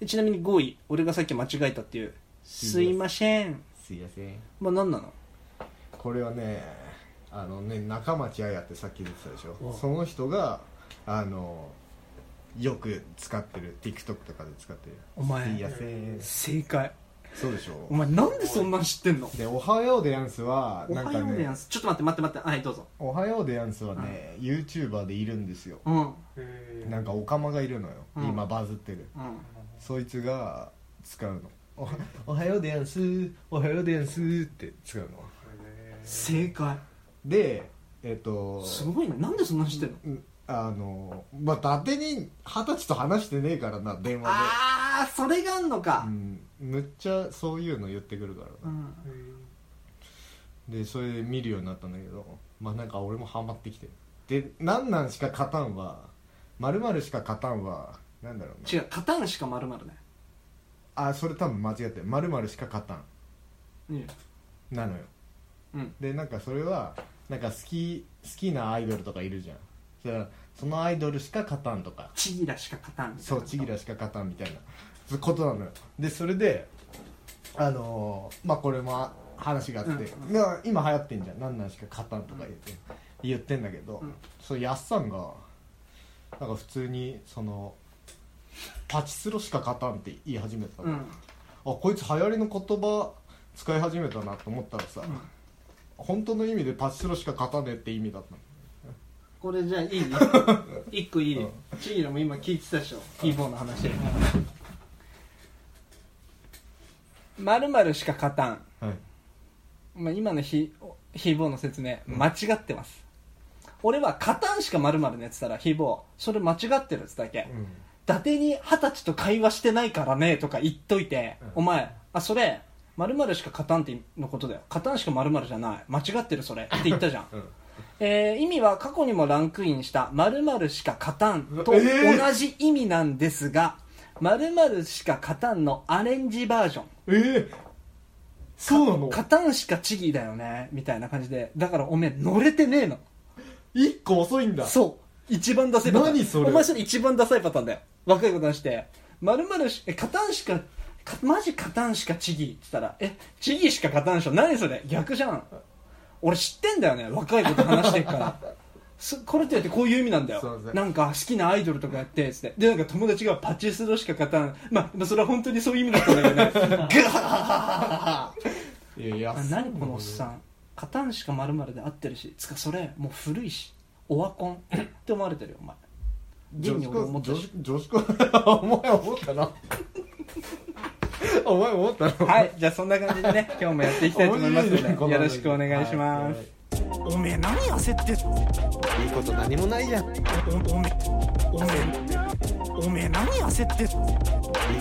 [SPEAKER 1] でちなみに5位俺がさっき間違えたっていう「すいません
[SPEAKER 2] すいやせん」
[SPEAKER 1] まあ何なの
[SPEAKER 2] これはねあのね中町彩ってさっき出てたでし
[SPEAKER 1] う
[SPEAKER 2] ょ
[SPEAKER 1] ん
[SPEAKER 2] その人があのよく使ってる TikTok とかで使ってる
[SPEAKER 1] お前
[SPEAKER 2] すいやせん
[SPEAKER 1] 正解
[SPEAKER 2] そうでし
[SPEAKER 1] お
[SPEAKER 2] ょ
[SPEAKER 1] 前なんでそんなん知ってんの
[SPEAKER 2] で「おはようでやんす」は
[SPEAKER 1] お
[SPEAKER 2] なん
[SPEAKER 1] は
[SPEAKER 2] か
[SPEAKER 1] ようでや
[SPEAKER 2] ね
[SPEAKER 1] んすちょっと待って待って待ってはいどうぞ
[SPEAKER 2] 「おはようでやんす」はね YouTuber でいるんですよ
[SPEAKER 1] うんうん
[SPEAKER 4] へ
[SPEAKER 2] なんかオカマがいるのよ
[SPEAKER 1] うん
[SPEAKER 2] 今バズってるそいつが使うの「おおはようでやんす」「おはようでやんす」って使うの
[SPEAKER 1] 正解
[SPEAKER 2] でえっと
[SPEAKER 1] すごいねなんでそんなん知ってんの
[SPEAKER 2] うんあのまあ伊達に二十歳と話してねえからな電話
[SPEAKER 1] ああそれがあんの
[SPEAKER 2] で、う
[SPEAKER 1] か
[SPEAKER 2] ん、むっちゃそういうの言ってくるから
[SPEAKER 1] う
[SPEAKER 2] な、
[SPEAKER 1] ん
[SPEAKER 2] でそれで見るようになったんだけどまあなんか俺もハマってきてるで「なんなんしか勝たんは」「まるしか勝たんは」なんだろうな
[SPEAKER 1] 違う「カタンしかまるね
[SPEAKER 2] あそれ多分間違ってる「まるしか勝たん
[SPEAKER 1] うん」
[SPEAKER 2] なのよ
[SPEAKER 1] うん
[SPEAKER 2] でなんかそれはなんか好き好きなアイドルとかいるじゃんそれはそのアイドルしか勝たんとか
[SPEAKER 1] ちぎらしかカタン
[SPEAKER 2] そうちぎらしか勝たんみたいなそうことなのよでそれであのーまあこれも話があって、
[SPEAKER 1] う
[SPEAKER 2] いや今流行ってんじゃんなんなんしか勝たんとか言って、言ってんだけど、
[SPEAKER 1] うん
[SPEAKER 2] そうやっさんがなんか普通にそのパチスロしか勝たんって言い始めたの、
[SPEAKER 1] う
[SPEAKER 2] あ
[SPEAKER 1] ん
[SPEAKER 2] こいつ流行りの言葉使い始めたなと思ったらさ、
[SPEAKER 1] ん
[SPEAKER 2] 本当の意味でパチスロしか勝たねえって意味だったの
[SPEAKER 1] これじゃあい
[SPEAKER 2] <laughs>
[SPEAKER 1] いね一個いい、ちぎらも今聞いてたでしょキーボーの話まるしか勝たん
[SPEAKER 2] はい
[SPEAKER 1] まあ、今のひひーぼーの説明間違ってます、俺は「カタン」しかまるまるねって言ったらひーぼーそれ間違ってるっつだけ、
[SPEAKER 2] うん
[SPEAKER 1] 伊達に二十歳と会話してないからねとか言っといて、
[SPEAKER 2] うん
[SPEAKER 1] お前あそれまるしかカタンってのことだよカタンしかまるじゃない間違ってるそれって言ったじゃ
[SPEAKER 2] <laughs>
[SPEAKER 1] ん、
[SPEAKER 2] うん
[SPEAKER 1] えー意味は過去にもランクインした「まるしか勝たん」と
[SPEAKER 2] え
[SPEAKER 1] 同
[SPEAKER 2] ー
[SPEAKER 1] じ意味なんですが「まるしか勝たん」のアレンジバージョン
[SPEAKER 2] ええそう
[SPEAKER 1] 「
[SPEAKER 2] なの
[SPEAKER 1] 勝たんしかチギだよね」みたいな感じでだからおめえ乗れてねえの
[SPEAKER 2] 一個遅いんだ
[SPEAKER 1] そう一番ダサいパターン
[SPEAKER 2] 何それ
[SPEAKER 1] お前それ一番ダサいパターンだよ若い子にして「まるしえ勝たんしかかマジ勝たんしかチギ」って言ったら「えチギしか勝たんでしょ何それ逆じゃん俺知ってんだよね若い子と話してるから <laughs> すこれってだってこういう意味なんだ
[SPEAKER 2] そう
[SPEAKER 1] よ
[SPEAKER 2] ですね
[SPEAKER 1] なんか好きなアイドルとかやってつってでなんか友達がパチスロしか勝たんまあまあそれは本当にそういう意味だったんだけ <laughs> どねガハハハハ
[SPEAKER 2] いやいや
[SPEAKER 1] あ何このおっさん「カタン」しかまるで合ってるしつかそれもう古いしオワコンって思われてるよお前現
[SPEAKER 2] 女
[SPEAKER 1] に
[SPEAKER 2] 子
[SPEAKER 1] 俺思
[SPEAKER 2] 高
[SPEAKER 1] った
[SPEAKER 2] 女
[SPEAKER 1] し
[SPEAKER 2] 子女子高 <laughs> お前思った <laughs> なお前思ったな
[SPEAKER 1] <laughs> はいじゃあそんな感じで
[SPEAKER 5] <laughs>
[SPEAKER 1] ね今日もやっていきたいと思いますのでよろしくお願いします、
[SPEAKER 5] おめえ何焦って
[SPEAKER 3] いいこと何もないじゃんいい
[SPEAKER 5] おめおめおめえ何焦って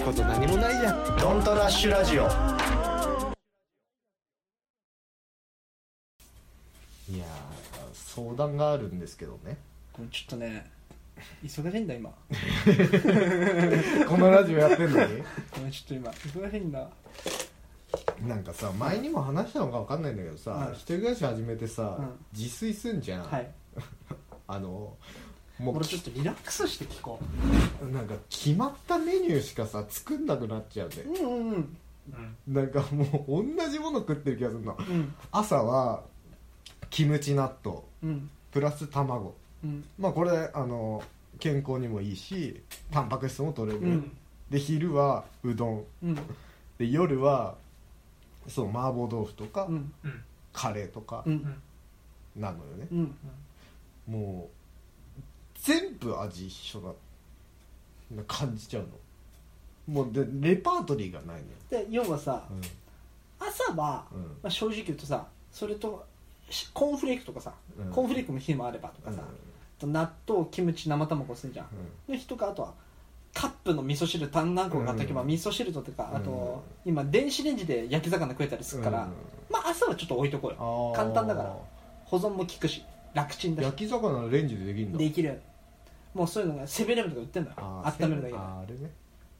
[SPEAKER 3] こと何もないじゃん
[SPEAKER 5] ドントラッシュラジオ
[SPEAKER 2] いやー相談があるんですけどね
[SPEAKER 1] これちょっとね忙しいんだ今
[SPEAKER 2] このラジオやってんのに
[SPEAKER 1] ごめんちょっと今忙しいんだ
[SPEAKER 2] なんかさ前にも話したのか分かんないんだけどさ、
[SPEAKER 1] はい
[SPEAKER 2] 一人暮らし始めてさ、
[SPEAKER 1] うん
[SPEAKER 2] 自炊すんじゃん、
[SPEAKER 1] はい
[SPEAKER 2] あのもう
[SPEAKER 1] 俺ちょっとリラックスして聞こ
[SPEAKER 2] なんか決まったメニューしかさ作んなくなっちゃうで
[SPEAKER 1] ううんうんうん
[SPEAKER 4] うん
[SPEAKER 2] なんかもう同じもの食ってる気がするの
[SPEAKER 1] うん
[SPEAKER 2] 朝はキムチ納豆
[SPEAKER 1] うん
[SPEAKER 2] プラス卵
[SPEAKER 1] うん
[SPEAKER 2] まあこれあの健康にもいいしタンパク質も取れる、
[SPEAKER 1] うん
[SPEAKER 2] で昼はうどん
[SPEAKER 1] うん
[SPEAKER 2] で夜はそう麻婆豆腐とか、
[SPEAKER 1] うん
[SPEAKER 4] うん
[SPEAKER 2] カレーとか
[SPEAKER 1] うん
[SPEAKER 2] なのよね、
[SPEAKER 1] うん
[SPEAKER 2] もう全部味一緒だな感じちゃうのもうでレパートリーがないのよ、
[SPEAKER 1] で要はさ
[SPEAKER 2] うん
[SPEAKER 1] 朝は、
[SPEAKER 2] うん
[SPEAKER 1] まあ、正直言うとさそれとしコーンフレークとかさ、
[SPEAKER 2] うん
[SPEAKER 1] コーンフレークの日もあればとかさ、納豆キムチ生卵するじゃん、の日とかあとはカップの味噌汁単何個か買っておけば、
[SPEAKER 2] うん
[SPEAKER 1] 味噌汁とかあと、
[SPEAKER 2] う
[SPEAKER 1] 今電子レンジで焼き魚食えたりするから、まあ朝はちょっと置いとこうよ
[SPEAKER 2] うん
[SPEAKER 1] 簡単だから保存も効くし楽ちん
[SPEAKER 2] あー
[SPEAKER 1] だし
[SPEAKER 2] 焼き魚レンジでできるんだ
[SPEAKER 1] できるもうそういうのがセブンイレブンとか売ってんだよ
[SPEAKER 2] あー
[SPEAKER 1] 温めるだけで
[SPEAKER 2] あーあれね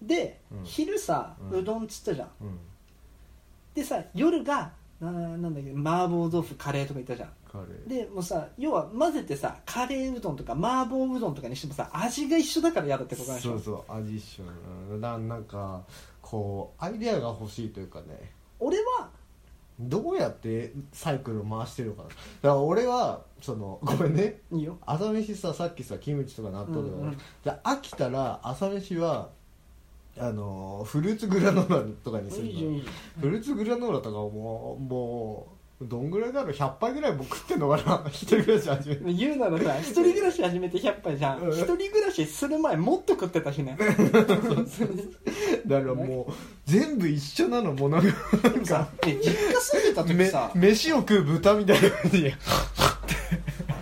[SPEAKER 1] で、
[SPEAKER 2] うん
[SPEAKER 1] 昼さ
[SPEAKER 2] うん
[SPEAKER 1] うどんっつったじゃん、
[SPEAKER 2] うん
[SPEAKER 1] でさ夜がななんだっけ麻婆豆腐カレーとか言ったじゃん
[SPEAKER 2] カレー
[SPEAKER 1] でもうさ要は混ぜてさカレーうどんとか麻婆うどんとかにしてもさ味が一緒だから嫌だってことなんでし
[SPEAKER 2] そ
[SPEAKER 1] ょ
[SPEAKER 2] うそう味一緒なのななんかこうアイデアが欲しいというかね
[SPEAKER 1] 俺は
[SPEAKER 2] どうやってサイクルを回してるのかなだから俺はそのごめんね
[SPEAKER 1] いいよ
[SPEAKER 2] 朝飯ささっきさキムチとか納豆とか、
[SPEAKER 1] うんうん
[SPEAKER 2] で飽きたら朝飯はあのーフルーツグラノーラとかにする
[SPEAKER 1] いいじゃん
[SPEAKER 2] の
[SPEAKER 1] いいじ
[SPEAKER 2] フルーツグラノーラとかもうもうどんぐらいだろう100杯ぐらいもう食ってんのかな <laughs> 一人暮らし始め
[SPEAKER 1] ゃん言うならさ一人暮らし始めて100杯じゃん
[SPEAKER 2] うん
[SPEAKER 1] 一人暮らしする前もっと食ってたしね
[SPEAKER 2] てだからもう全部一緒なのものが
[SPEAKER 1] でもさね実家住んでた時
[SPEAKER 2] め
[SPEAKER 1] さ
[SPEAKER 2] 飯を食う豚みたいな感じで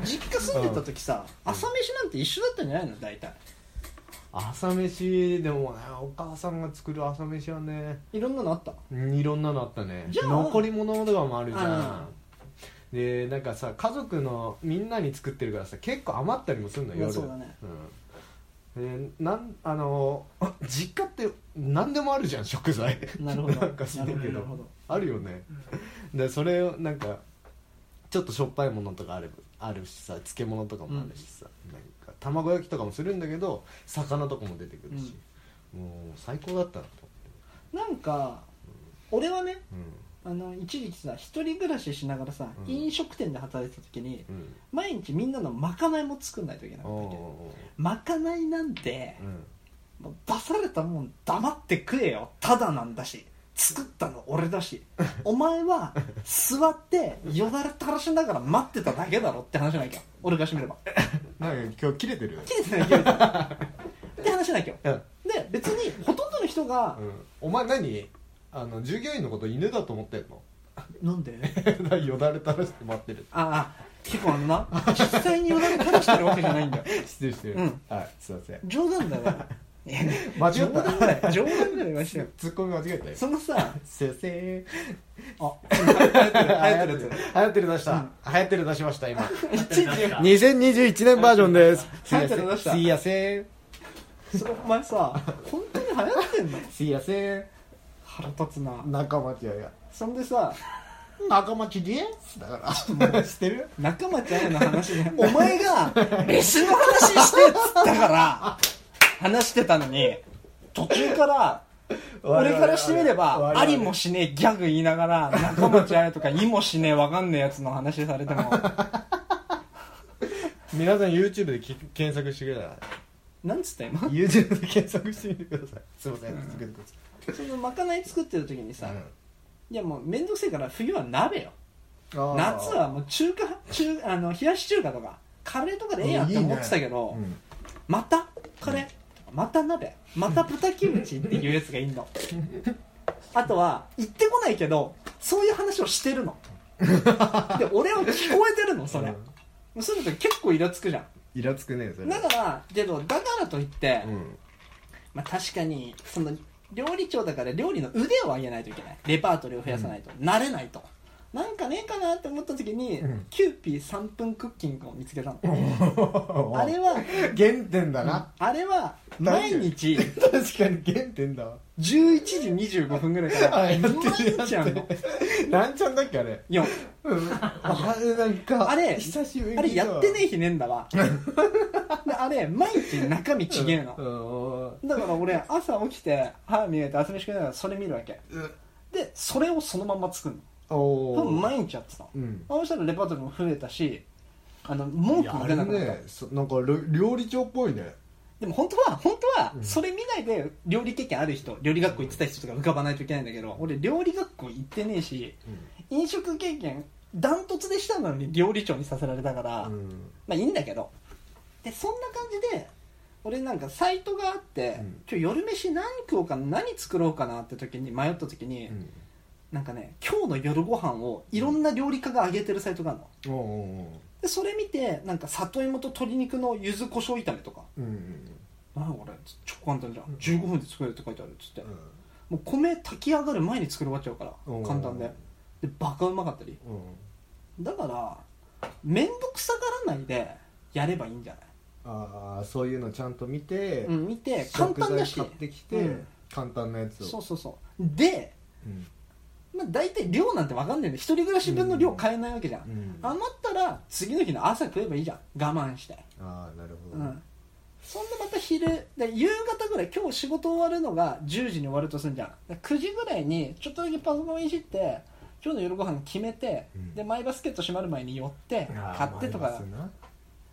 [SPEAKER 1] 実家住んでた時さ朝飯なんて一緒だったんじゃないの大体
[SPEAKER 2] <laughs> 朝飯でもねお母さんが作る朝飯はね
[SPEAKER 1] いろんなのあった
[SPEAKER 2] うんいろんなのあったね
[SPEAKER 1] じゃあ
[SPEAKER 2] 残り物とかもあるじゃ
[SPEAKER 1] あ
[SPEAKER 2] んでなんかさ家族のみんなに作ってるからさ結構余ったりもするの
[SPEAKER 1] いや
[SPEAKER 2] 夜
[SPEAKER 1] そうだね
[SPEAKER 2] うんでなんあの <laughs> 実家って何でもあるじゃん食材
[SPEAKER 1] なるほど
[SPEAKER 2] <laughs> なんか知らんけど
[SPEAKER 1] なるほど
[SPEAKER 2] あるよねでそれをなんかちょっとしょっぱいものとかあるあるしさ漬物とかもあるしさ、なんか卵焼きとかもするんだけど魚とかも出てくるし、もう最高だったなと
[SPEAKER 1] なんか俺はね
[SPEAKER 2] 思っ
[SPEAKER 1] あの一時期さ一人暮らししながらさ、
[SPEAKER 2] うん
[SPEAKER 1] 飲食店で働いてた時に
[SPEAKER 2] てうんうん
[SPEAKER 1] 毎日みんなのまかないも作んないといけなかったわけ
[SPEAKER 2] お
[SPEAKER 1] まかないなんて
[SPEAKER 2] ー、うん
[SPEAKER 1] もう出されたもん黙って食えよただなんだし作ったの俺だしお前は座ってよだれ垂らしながら待ってただけだろって話しなきゃ俺がしめれば
[SPEAKER 2] なんか今日切れてる
[SPEAKER 1] 切れてない切れてないって話しなきゃ
[SPEAKER 2] うん、
[SPEAKER 1] で別にほとんどの人が
[SPEAKER 2] お前何あの従業員のこと犬だと思ってんの
[SPEAKER 1] なんで
[SPEAKER 2] よだれ垂らして待ってる
[SPEAKER 1] ああ結構あのな実際によだれ垂らしてるわけじゃないんだよ
[SPEAKER 2] 失礼してる、
[SPEAKER 1] うん
[SPEAKER 2] はいすいません
[SPEAKER 1] 冗談だな
[SPEAKER 2] 間違
[SPEAKER 1] 冗
[SPEAKER 2] っ
[SPEAKER 1] 談だ
[SPEAKER 2] た
[SPEAKER 1] よ冗談だよましたよ
[SPEAKER 2] ツッコミ間違えたよ
[SPEAKER 1] そのさ
[SPEAKER 2] すいません
[SPEAKER 1] あ流行ってる
[SPEAKER 2] <laughs>
[SPEAKER 1] 流行ってるやつ
[SPEAKER 2] 流行ってる出した、流行ってる出しました今
[SPEAKER 1] いちいち
[SPEAKER 2] 2021年バージョンです
[SPEAKER 1] 流行ってる出した
[SPEAKER 2] すいやせん
[SPEAKER 1] それお前さ本当に流行ってんの
[SPEAKER 2] すいやせん
[SPEAKER 1] 腹立つな
[SPEAKER 2] 仲間違いが
[SPEAKER 1] そんでさ
[SPEAKER 2] 仲間違いだから知ってる
[SPEAKER 1] 仲間ちゃんの話でお前が別の話してっつったから話してたのに途中から俺からしてみればありもしねえギャグ言いながら仲間ちゃんとかいもしねえわかんねえやつの話されても
[SPEAKER 2] 皆さん YouTube でき検索してくださ
[SPEAKER 1] なんつった今
[SPEAKER 2] い YouTube で検索してみてくださいすいません続けてくだ
[SPEAKER 1] そ
[SPEAKER 2] さ
[SPEAKER 1] のまかない作ってる時にさ、
[SPEAKER 2] い
[SPEAKER 1] いやもうめんどくせえから冬は鍋よ
[SPEAKER 2] うん
[SPEAKER 1] 夏はもう中華中あの冷やし中華とかカレーとかでええやんって思ってたけど
[SPEAKER 2] うん
[SPEAKER 1] またカレー、また鍋また豚キムチっていうやつがいんのあとは行ってこないけどそういう話をしてるので俺は聞こえてるのそれ、そういうのって結構イラつくじゃ
[SPEAKER 2] イラつくねそ
[SPEAKER 1] ん
[SPEAKER 2] れ
[SPEAKER 1] だからけどだからといって、
[SPEAKER 2] うん
[SPEAKER 1] まあ、確かにその料理長だから料理の腕を上げないといけないレパートリーを増やさないと、慣れないとなんかねえかなって思った時に、
[SPEAKER 2] うん
[SPEAKER 1] キューピー3分クッキングを見つけたの、あ
[SPEAKER 2] あ
[SPEAKER 1] れは
[SPEAKER 2] 原点だな
[SPEAKER 1] あれは毎日
[SPEAKER 2] 確かに原点だわ
[SPEAKER 1] 11時25分ぐらいか
[SPEAKER 2] あ
[SPEAKER 1] ら
[SPEAKER 2] やってる
[SPEAKER 1] 毎日やんの
[SPEAKER 2] <laughs> なんちゃんだっけあれ
[SPEAKER 1] いや
[SPEAKER 2] うんあれなんか
[SPEAKER 1] あれ
[SPEAKER 2] 久しぶりに
[SPEAKER 1] あれやってねえ日ねえんだわであれ毎日中身ちげえの
[SPEAKER 2] の
[SPEAKER 1] だから俺朝起きて歯磨いて朝飯食いながらそれ見るわけでそれをそのまま作る
[SPEAKER 2] お
[SPEAKER 1] の
[SPEAKER 2] お
[SPEAKER 1] 多分毎日やってたの
[SPEAKER 2] うん
[SPEAKER 1] そうしたらレパートリーも増えたしあの文句も出なくなっ
[SPEAKER 2] いや
[SPEAKER 1] た、
[SPEAKER 2] あれねそなんか料料理長っぽいね
[SPEAKER 1] でも本当は本当はそれ見ないで料理経験ある人料理学校行ってた人とか浮かばないといけないんだけど俺料理学校行ってねえし飲食経験ダントツでしたのに料理長にさせられたから、
[SPEAKER 2] うん
[SPEAKER 1] まあいいんだけどでそんな感じで俺なんかサイトがあって、
[SPEAKER 2] うん
[SPEAKER 1] 今日夜飯何食おうかな何作ろうかなって時に迷った時に、
[SPEAKER 2] うん
[SPEAKER 1] なんかね今日の夜ご飯をいろんな料理家が上げてるサイトがあるの
[SPEAKER 2] おお
[SPEAKER 1] でそれ見てなんか里芋と鶏肉の柚子胡椒炒めとか
[SPEAKER 2] うんうん
[SPEAKER 1] 「何これ」超簡単じゃん15分で作れるって書いてあるっつって、
[SPEAKER 2] うん
[SPEAKER 1] もう米炊き上がる前に作り終わっちゃうか
[SPEAKER 2] おー
[SPEAKER 1] ら簡単ででバカうまかったり
[SPEAKER 2] うん
[SPEAKER 1] だから面倒くさがらないでやればいいんじゃない
[SPEAKER 2] ああそういうのちゃんと見て
[SPEAKER 1] うん、見て簡単だし
[SPEAKER 2] 食材買ってきて、
[SPEAKER 1] うん
[SPEAKER 2] 簡単なやつを
[SPEAKER 1] そうそうそうで、
[SPEAKER 2] うん
[SPEAKER 1] まあ、大体量なんて分かんないんで一人暮らし分の量買えないわけじゃん、
[SPEAKER 2] うんあ
[SPEAKER 1] 余ったら次の日の朝食えばいいじゃん我慢して、
[SPEAKER 2] あなるほ
[SPEAKER 1] う
[SPEAKER 2] ど、
[SPEAKER 1] んそんでまた昼で夕方ぐらい今日仕事終わるのが10時に終わるとするじゃんだから9時ぐらいにちょっとだけパソコンいじって今日の夜ご飯決めて、
[SPEAKER 2] うん
[SPEAKER 1] でマイバスケット閉まる前に寄って
[SPEAKER 2] あー
[SPEAKER 1] 買ってと
[SPEAKER 2] まああ
[SPEAKER 1] か
[SPEAKER 2] りますな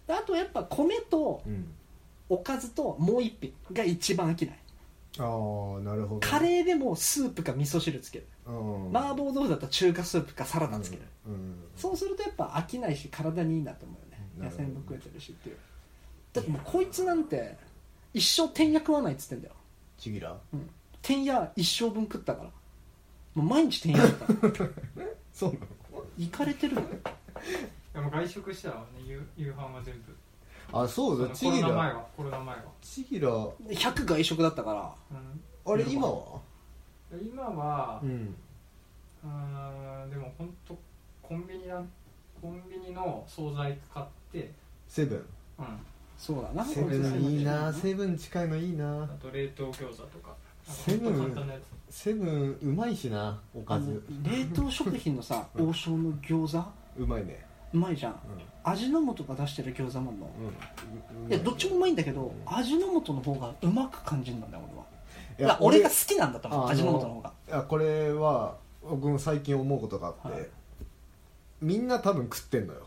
[SPEAKER 1] であとやっぱ米と
[SPEAKER 2] うん
[SPEAKER 1] おかずともう一品が一番飽きない
[SPEAKER 2] ああなるほど
[SPEAKER 1] カレーでもスープか味噌汁つける
[SPEAKER 2] うん
[SPEAKER 1] 麻婆豆腐だったら中華スープかサラダつける、
[SPEAKER 2] うんうん
[SPEAKER 1] そうするとやっぱ飽きないし体にいいなと思うよ
[SPEAKER 2] な
[SPEAKER 1] ね
[SPEAKER 2] る
[SPEAKER 1] 野
[SPEAKER 2] ほど
[SPEAKER 1] 菜も食えてるしっていうだってもうこいつなんて一生天野食わないっつってんだよ
[SPEAKER 2] ちぎら
[SPEAKER 1] 天野一生分食ったからもう毎日天野
[SPEAKER 2] <laughs>
[SPEAKER 1] だった
[SPEAKER 2] そうなの
[SPEAKER 1] 行かれてるの
[SPEAKER 4] でも外食したらね夕夕飯は全部
[SPEAKER 2] あそうだ
[SPEAKER 4] そ
[SPEAKER 2] ち
[SPEAKER 4] のコ
[SPEAKER 2] ぎ
[SPEAKER 4] ロナ前
[SPEAKER 2] ら
[SPEAKER 4] はコロナ前は、
[SPEAKER 2] ちぎらあ
[SPEAKER 1] 100外食だったから
[SPEAKER 4] う
[SPEAKER 2] れ今は
[SPEAKER 4] ん、今は
[SPEAKER 2] ん
[SPEAKER 4] うーんでも本当コンビニなんコンビニの惣菜買って
[SPEAKER 2] セブン
[SPEAKER 4] うん
[SPEAKER 1] そうだな
[SPEAKER 2] セブンいいなセブン近いのいい
[SPEAKER 4] あ
[SPEAKER 2] な
[SPEAKER 4] と冷凍餃子とかあ
[SPEAKER 2] セブン
[SPEAKER 4] ほんと簡単なやつ
[SPEAKER 2] セブンうまいしなお
[SPEAKER 1] あ
[SPEAKER 2] か
[SPEAKER 1] の
[SPEAKER 2] ず
[SPEAKER 1] 冷凍食品のさ王将の餃子
[SPEAKER 2] うまいね
[SPEAKER 1] うまいじゃん味の素が出してる餃子もあんの
[SPEAKER 2] うんうん
[SPEAKER 1] いやどっちもうまいんだけど味の素の方がうまく感じるんだよ俺はいいや俺が好きなんだと思う
[SPEAKER 2] あ
[SPEAKER 1] 味の素の方が
[SPEAKER 2] あこれは僕も最近思うことがあって、
[SPEAKER 1] はい
[SPEAKER 2] みんな多分食ってんのよ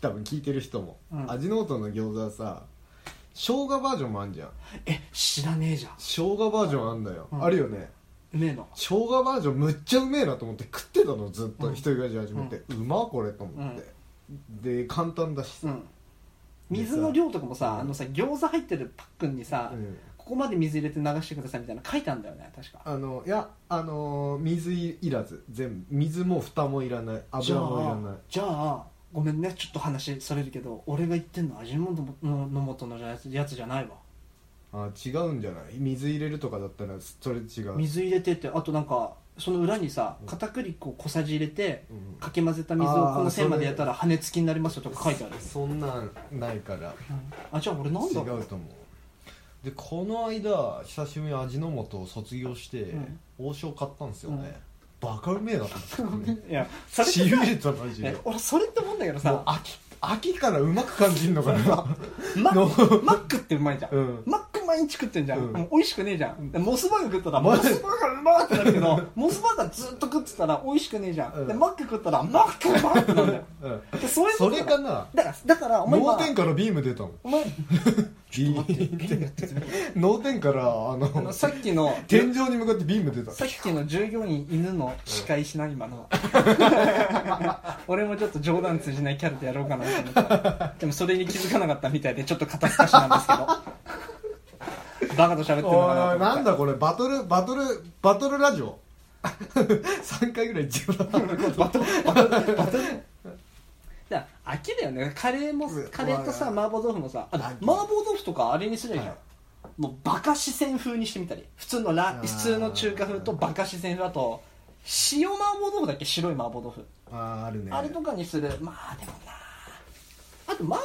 [SPEAKER 2] 多分聞いてる人も、
[SPEAKER 1] うん
[SPEAKER 2] 味の素の餃子はさ生姜バージョンもあんじゃん
[SPEAKER 1] え知らねえじゃん
[SPEAKER 2] 生姜バージョンあんだよ、
[SPEAKER 1] うん
[SPEAKER 2] あるよね
[SPEAKER 1] うめえの
[SPEAKER 2] 生姜バージョンむっちゃうめえなと思って食ってたのずっと、
[SPEAKER 1] うん
[SPEAKER 2] 一人暮らし始めて、うまこれと思って、で簡単だし
[SPEAKER 1] う
[SPEAKER 2] さ、
[SPEAKER 1] ん水の量とかもさあのさ餃子入ってるパックンにさ
[SPEAKER 2] うん
[SPEAKER 1] こここまで水入れて流してくださいみたいなの書いたんだよね確か
[SPEAKER 2] あのいやあのー水いらず全部水も蓋もいらない
[SPEAKER 1] じゃ
[SPEAKER 2] 油もいらない
[SPEAKER 1] あじゃあごめんねちょっと話それるけど俺が言ってんの味の素のの素のやつやつじゃないわ
[SPEAKER 2] あ違うんじゃない水入れるとかだったらそれ違う
[SPEAKER 1] 水入れててあとなんかその裏にさ片栗粉小さじ入れて
[SPEAKER 2] うん
[SPEAKER 1] かき混ぜた水を
[SPEAKER 2] あー
[SPEAKER 1] この線までやったら羽根付きになりますよとか書いてある
[SPEAKER 2] そんなんないから
[SPEAKER 1] あじゃあ俺なん
[SPEAKER 2] 違
[SPEAKER 1] だ
[SPEAKER 2] うと思うでこの間久しぶりに味の素を卒業して、
[SPEAKER 1] うん
[SPEAKER 2] 王将買ったんですよね、バカうめえなと思って、ね、
[SPEAKER 1] いやそれっ
[SPEAKER 2] してび
[SPEAKER 1] さ
[SPEAKER 2] れたマジで
[SPEAKER 1] え俺それって思うんだけど
[SPEAKER 2] もう
[SPEAKER 1] さ
[SPEAKER 2] 秋秋からうまく感じんのかな
[SPEAKER 1] ママ
[SPEAKER 2] の
[SPEAKER 1] ックってうまいじゃん、
[SPEAKER 2] うん
[SPEAKER 1] マック毎日食ってんじゃん、
[SPEAKER 2] うん
[SPEAKER 1] もう美味しくねえじゃんでモスバーガー食ったらモ
[SPEAKER 2] マ
[SPEAKER 1] ス
[SPEAKER 2] ジ
[SPEAKER 1] バーガーうまーってなるけ
[SPEAKER 2] <laughs>
[SPEAKER 1] どモスバーガーずっと食ってたら美味しくねえじゃん、
[SPEAKER 2] うん
[SPEAKER 1] でマック食ったらマックうまーってなるんだよ
[SPEAKER 2] うん
[SPEAKER 1] でそういうこと
[SPEAKER 2] そ
[SPEAKER 1] だ
[SPEAKER 2] れかな
[SPEAKER 1] だからだからお前
[SPEAKER 2] 脳
[SPEAKER 1] 今
[SPEAKER 2] 天からビーム出たもん
[SPEAKER 1] お前
[SPEAKER 2] ビーム脳天からあ
[SPEAKER 1] あ
[SPEAKER 2] の
[SPEAKER 1] のさっきの
[SPEAKER 2] 天井に向かってビーム出た
[SPEAKER 1] さっきの従業員犬の司会しな今の <laughs> 俺もちょっと冗談通じないキャラでやろうかなと思ったでもそれに気づかなかったみたいでちょっと肩透かしなんですけどバカと喋ってるの
[SPEAKER 2] お
[SPEAKER 1] かないと
[SPEAKER 2] お
[SPEAKER 1] 思
[SPEAKER 2] い
[SPEAKER 1] った
[SPEAKER 2] なんだこれバトルバトルバトルラジオ3回ぐらい一応だ
[SPEAKER 1] バトルバトルバトルだから飽きだよねカレーも
[SPEAKER 2] うん
[SPEAKER 1] カレーとさ麻婆豆腐もさあ麻婆豆腐とかあれにするじゃん、
[SPEAKER 2] はい
[SPEAKER 1] もうバカ四川風にしてみたり普通のラ
[SPEAKER 2] ー
[SPEAKER 1] 普通の中華風とバカ四川風だと塩麻婆豆腐だっけ白い麻婆豆腐、
[SPEAKER 2] あーあるね
[SPEAKER 1] あれとかにするまあでもなあと麻婆豆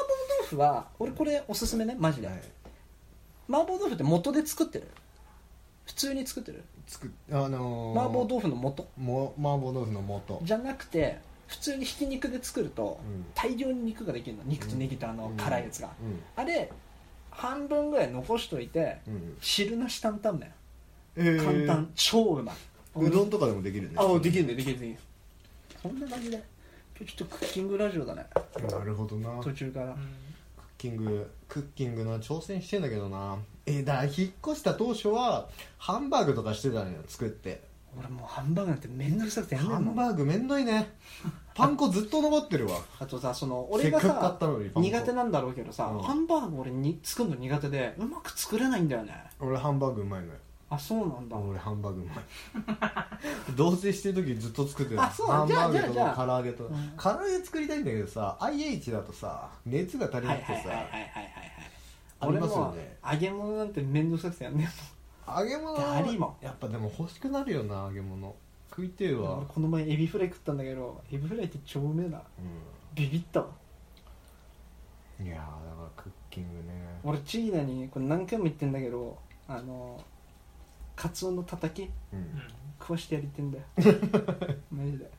[SPEAKER 1] 腐は俺これおすすめねマジで、
[SPEAKER 2] はい
[SPEAKER 1] 麻婆豆腐って元で作ってる普通に作ってる
[SPEAKER 2] つくあのー、
[SPEAKER 1] 麻婆豆腐の元
[SPEAKER 2] も麻婆豆腐の素
[SPEAKER 1] じゃなくて普通にひき肉で作ると、
[SPEAKER 2] うん
[SPEAKER 1] 大量に肉ができるの肉とネギとあの
[SPEAKER 2] うん
[SPEAKER 1] 辛いやつが、
[SPEAKER 2] うん
[SPEAKER 1] あれ半分ぐらい残しといて、
[SPEAKER 2] うん
[SPEAKER 1] 汁なし担々麺
[SPEAKER 2] えー
[SPEAKER 1] 簡単、超うまい
[SPEAKER 2] うんとかでもできるね
[SPEAKER 1] ああできるねできるできるそんな感じで今日ちょっとクッキングラジオだね
[SPEAKER 2] なるほどな
[SPEAKER 1] 途中から
[SPEAKER 2] クッキングクッキングな挑戦してんだけどなえだから引っ越した当初はハンバーグとかしてたのよ作って
[SPEAKER 1] 俺もうハンバーグなんて面倒くさくてやんね
[SPEAKER 2] ハ
[SPEAKER 1] んも
[SPEAKER 2] ン
[SPEAKER 1] ん
[SPEAKER 2] バーグめんど
[SPEAKER 1] <laughs>
[SPEAKER 2] いねパン粉ずっと残ってるわ
[SPEAKER 1] あとさその俺が
[SPEAKER 2] せっかく買
[SPEAKER 1] さ
[SPEAKER 2] ったのにパン粉
[SPEAKER 1] 苦手なんだろうけどさ、
[SPEAKER 2] うん
[SPEAKER 1] ハンバーグ俺に作るの苦手でうまく作れないんだよね
[SPEAKER 2] 俺ハンバーグうまいのよ
[SPEAKER 1] あそうなんだ、
[SPEAKER 2] 俺ハンバーグうまい <laughs> 同棲してる時ずっと作ってた
[SPEAKER 1] あそうな
[SPEAKER 2] ハ
[SPEAKER 1] ん
[SPEAKER 2] ン
[SPEAKER 1] だ
[SPEAKER 2] バ
[SPEAKER 1] じゃ
[SPEAKER 2] ー
[SPEAKER 1] あ
[SPEAKER 2] グ
[SPEAKER 1] じゃあ
[SPEAKER 2] と唐揚げと
[SPEAKER 1] うん
[SPEAKER 2] 唐揚げ作りたいんだけどさ IH だとさ熱が足り
[SPEAKER 1] は
[SPEAKER 2] ないく
[SPEAKER 1] はい
[SPEAKER 2] て
[SPEAKER 1] はいはいはい
[SPEAKER 2] さ
[SPEAKER 1] はい
[SPEAKER 2] あ
[SPEAKER 1] 俺
[SPEAKER 2] りますよ
[SPEAKER 1] も
[SPEAKER 2] ね
[SPEAKER 1] 揚げ物なんて面倒くさくてやんね
[SPEAKER 2] 揚げ物
[SPEAKER 1] ダリも
[SPEAKER 2] やっぱでも欲しくなるよな揚げ物食いてえ
[SPEAKER 1] え
[SPEAKER 2] わ
[SPEAKER 1] 俺この前エビフライ食ったんだけどエビフライって超うめえな
[SPEAKER 2] う
[SPEAKER 1] ビビったわ
[SPEAKER 2] んいやーだからクッキングね
[SPEAKER 1] 俺チーナにこれ何回も言ってんだけどあのカツオのたたき
[SPEAKER 2] うん
[SPEAKER 1] 食わしてやりてんだ
[SPEAKER 2] <laughs>
[SPEAKER 1] よマジで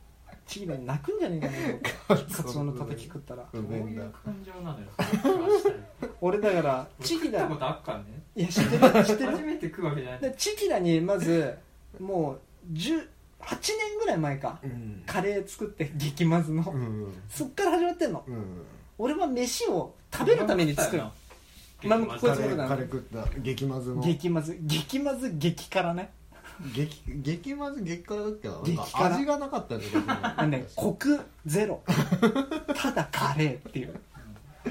[SPEAKER 1] チーナに泣くんじゃねえかなと思ってカツオのたたき食ったら
[SPEAKER 2] う
[SPEAKER 4] どう
[SPEAKER 2] めえん
[SPEAKER 4] い
[SPEAKER 2] だ
[SPEAKER 4] う感情なのよその話したら
[SPEAKER 1] 俺だからチ
[SPEAKER 4] 食
[SPEAKER 1] キ
[SPEAKER 4] った
[SPEAKER 1] ラ
[SPEAKER 4] ことあっかんね
[SPEAKER 1] いや知ってる知ってる
[SPEAKER 4] 初めて食うわけじゃない
[SPEAKER 1] でチキラにまずもう10 8年ぐらい前か
[SPEAKER 2] うん
[SPEAKER 1] カレー作って激まずの、
[SPEAKER 2] うん
[SPEAKER 1] そっから始まってんの
[SPEAKER 2] うん
[SPEAKER 1] 俺は飯を食べるために作るのまあ
[SPEAKER 4] 結構
[SPEAKER 1] こい
[SPEAKER 2] カ
[SPEAKER 1] つ
[SPEAKER 2] レ
[SPEAKER 1] もだ
[SPEAKER 2] ーカレー食った激まずの
[SPEAKER 1] 激まず激まず激辛ね
[SPEAKER 2] 激激まず激辛だっけななんか
[SPEAKER 1] 激辛
[SPEAKER 2] 味がなかったんだけど
[SPEAKER 1] あのねコクゼロただカレーっていう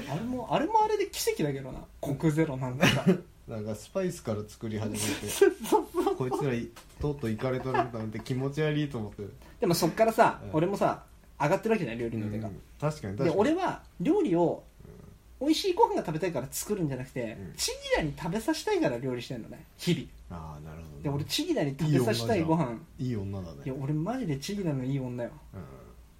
[SPEAKER 1] あれもあれもあれで奇跡だけどなコクゼロなんだから
[SPEAKER 2] なんかスパイスから作り始めて
[SPEAKER 1] そう <laughs> そう
[SPEAKER 2] こいつらいとうとういかれたななんて気持ち悪いと思ってる
[SPEAKER 1] でもそっからさ、
[SPEAKER 2] うん
[SPEAKER 1] 俺もさ上がってるわけじゃない料理の腕が、
[SPEAKER 2] うん確かに確か
[SPEAKER 1] で
[SPEAKER 2] に
[SPEAKER 1] 俺は料理を美味しいご飯が食べたいから作るんじゃなくて、
[SPEAKER 2] うん
[SPEAKER 1] チギラに食べさせたいから料理してんのね日々
[SPEAKER 2] ああなるほどね
[SPEAKER 1] で俺チギラに食べさせたいご飯
[SPEAKER 2] いい女だ
[SPEAKER 1] いや
[SPEAKER 2] ね
[SPEAKER 1] 俺マジでチギラのいい女よ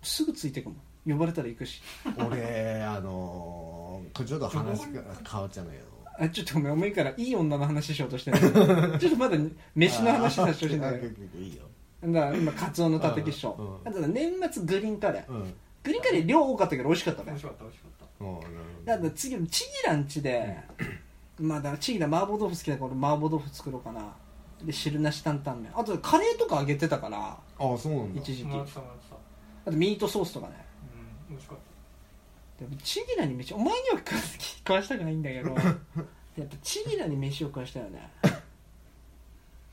[SPEAKER 1] すぐついてくもん呼ばれたら行くし
[SPEAKER 2] うん俺あのーこれちょっと話が変わっちゃうんだけど
[SPEAKER 1] あちょっとごめんお前からいい女の話しようとしてない
[SPEAKER 2] <laughs>
[SPEAKER 1] ちょっとまだ飯の話させてほしいんだけど
[SPEAKER 2] どいいよ
[SPEAKER 1] だから今カツオのたたきっしょ、
[SPEAKER 2] うん
[SPEAKER 1] あとね年末グリーンカレー、
[SPEAKER 2] うんうん
[SPEAKER 1] グリーンカレー量多かったけど美味しかった
[SPEAKER 4] 美
[SPEAKER 1] ね
[SPEAKER 4] 味しかった美味しかった
[SPEAKER 2] なるほ
[SPEAKER 1] だか
[SPEAKER 2] ど
[SPEAKER 1] ら次のチギラんちで、まあだからチギラ麻婆豆腐好きだから俺麻婆豆腐作ろうかなで汁なし担々麺あとカレーとかあげてたから
[SPEAKER 2] ああそうなんだ
[SPEAKER 1] 一時期
[SPEAKER 4] もらっ
[SPEAKER 1] あ
[SPEAKER 4] たもらった
[SPEAKER 1] とミートソースとかね
[SPEAKER 4] うん美味しかった
[SPEAKER 1] でもチギラに飯お前には食わす気食わしたくないんだ
[SPEAKER 2] <laughs>
[SPEAKER 1] けどやっぱチギラに飯を食わしたよね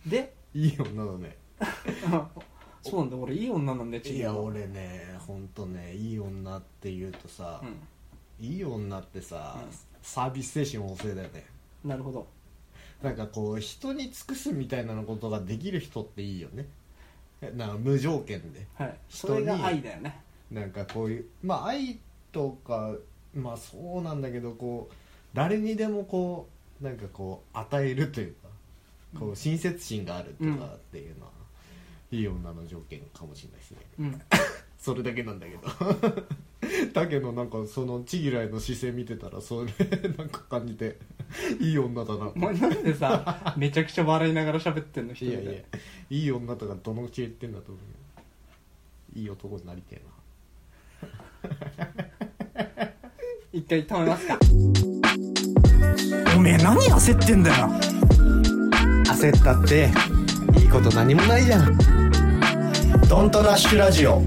[SPEAKER 1] で <laughs>
[SPEAKER 2] いい女だね
[SPEAKER 1] そうなんだ俺いい女なんだよチ
[SPEAKER 2] い
[SPEAKER 1] ギラ
[SPEAKER 2] や
[SPEAKER 1] は
[SPEAKER 2] 俺ね本当ねいい女って言うとさ、
[SPEAKER 1] うん
[SPEAKER 2] いい女ってさ、
[SPEAKER 1] うん
[SPEAKER 2] サービス精神旺盛だよね
[SPEAKER 1] なるほど
[SPEAKER 2] なんかこう人に尽くすみたいなことができる人っていいよねなんか無条件で
[SPEAKER 1] はい、そ
[SPEAKER 2] 人に
[SPEAKER 1] れが愛だよね
[SPEAKER 2] なんかこういうまあ愛とかまあそうなんだけどこう誰にでもこうなんかこう与えるというかこう親切心があるとかっていうのは、いい女の条件かもしれないですね <laughs>
[SPEAKER 1] うん
[SPEAKER 2] それだけなんだけど <laughs> だけどなんかそのちぎらいの姿勢見てたらそれなんか感じていい女だな
[SPEAKER 1] もうなんでさめちゃくちゃ笑いながら喋ってんの一
[SPEAKER 2] い
[SPEAKER 1] 人
[SPEAKER 2] や
[SPEAKER 1] で
[SPEAKER 2] いやいい女とかどの口で言ってんだと思うよいい男になりてえな
[SPEAKER 1] 一回止めますか
[SPEAKER 6] おめえ何焦ってんだよ
[SPEAKER 7] 焦ったっていいこと何もないじゃんドントラッシュラジオ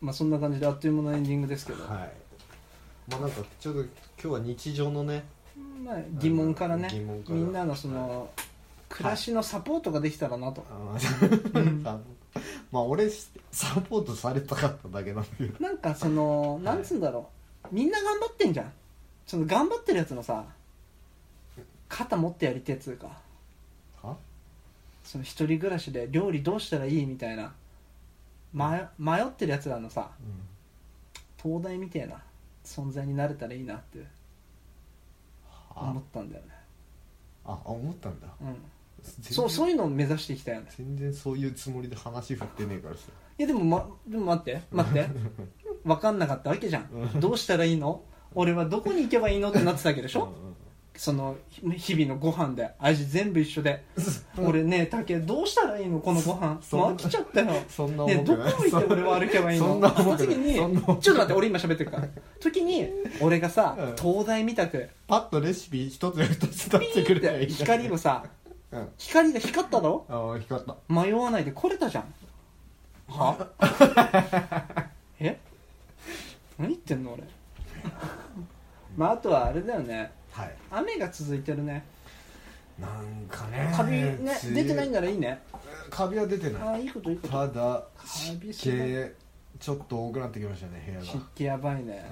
[SPEAKER 1] まあそんな感じであっという間のエンディングですけど、
[SPEAKER 2] はいまあなんかちょっと今日は日常のね
[SPEAKER 1] まあ、疑問からね
[SPEAKER 2] 疑問から
[SPEAKER 1] みんなのその暮らしのサポートができたらなと、
[SPEAKER 2] <laughs> あのまあ俺サポートされたかっただけなんだけど
[SPEAKER 1] なんかそのなんつうんだろう、みんな頑張ってんじゃんその頑張ってるやつのさ肩持ってやりてえっつうか
[SPEAKER 2] は
[SPEAKER 1] その一人暮らしで料理どうしたらいいみたいな、ま、迷ってるやつらのさ
[SPEAKER 2] うん
[SPEAKER 1] 東大みたいな存在になれたらいいなって思ったんだよね
[SPEAKER 2] ああ思ったんだ
[SPEAKER 1] うん
[SPEAKER 2] 全然
[SPEAKER 1] そうそういうのを目指していきたいよね
[SPEAKER 2] 全然そういうつもりで話振ってねえからさ
[SPEAKER 1] いやでも,、ま、でも待って待
[SPEAKER 2] <laughs>
[SPEAKER 1] って分かんなかったわけじゃんどうしたらいいの俺はどこに行けばいいのってなってたわけでしょ、そのひ日々のご飯で味全部一緒で俺ね竹どうしたらいいのこのご飯
[SPEAKER 2] そ
[SPEAKER 1] もう飽
[SPEAKER 2] そ
[SPEAKER 1] きちゃったよ
[SPEAKER 2] そんな
[SPEAKER 1] ね
[SPEAKER 2] 重
[SPEAKER 1] ど
[SPEAKER 2] く
[SPEAKER 1] こ
[SPEAKER 2] ない
[SPEAKER 1] 行って俺は歩けばいい
[SPEAKER 2] そ
[SPEAKER 1] の
[SPEAKER 2] んな重く
[SPEAKER 1] 時
[SPEAKER 2] ない
[SPEAKER 1] にち
[SPEAKER 2] そ
[SPEAKER 1] ょ
[SPEAKER 2] ん
[SPEAKER 1] っ
[SPEAKER 2] な重くな
[SPEAKER 1] と
[SPEAKER 2] い
[SPEAKER 1] 待って俺今喋ってるから時に俺がさ
[SPEAKER 2] うん
[SPEAKER 1] 東大みたく
[SPEAKER 2] パッとレシピ一つや二つ出してくれりゃいいんだ
[SPEAKER 1] 光をさ
[SPEAKER 2] うん
[SPEAKER 1] 光が光ったろ
[SPEAKER 2] ああ光った
[SPEAKER 1] 迷わないで来れたじゃん
[SPEAKER 2] <laughs>
[SPEAKER 1] はえ何言ってんの俺まああとはあれだよね
[SPEAKER 2] はい
[SPEAKER 1] 雨が続いてるね
[SPEAKER 2] なんかね
[SPEAKER 1] カビね出てないん
[SPEAKER 2] だ
[SPEAKER 1] ならいいね
[SPEAKER 2] カビは出て
[SPEAKER 1] あ
[SPEAKER 2] ない
[SPEAKER 1] あいいこといいこと
[SPEAKER 2] ただ
[SPEAKER 1] カビ
[SPEAKER 2] 湿
[SPEAKER 1] すごい
[SPEAKER 2] 気ちょっと多くなってきましたね部屋
[SPEAKER 1] 湿
[SPEAKER 2] が
[SPEAKER 1] 気やばいね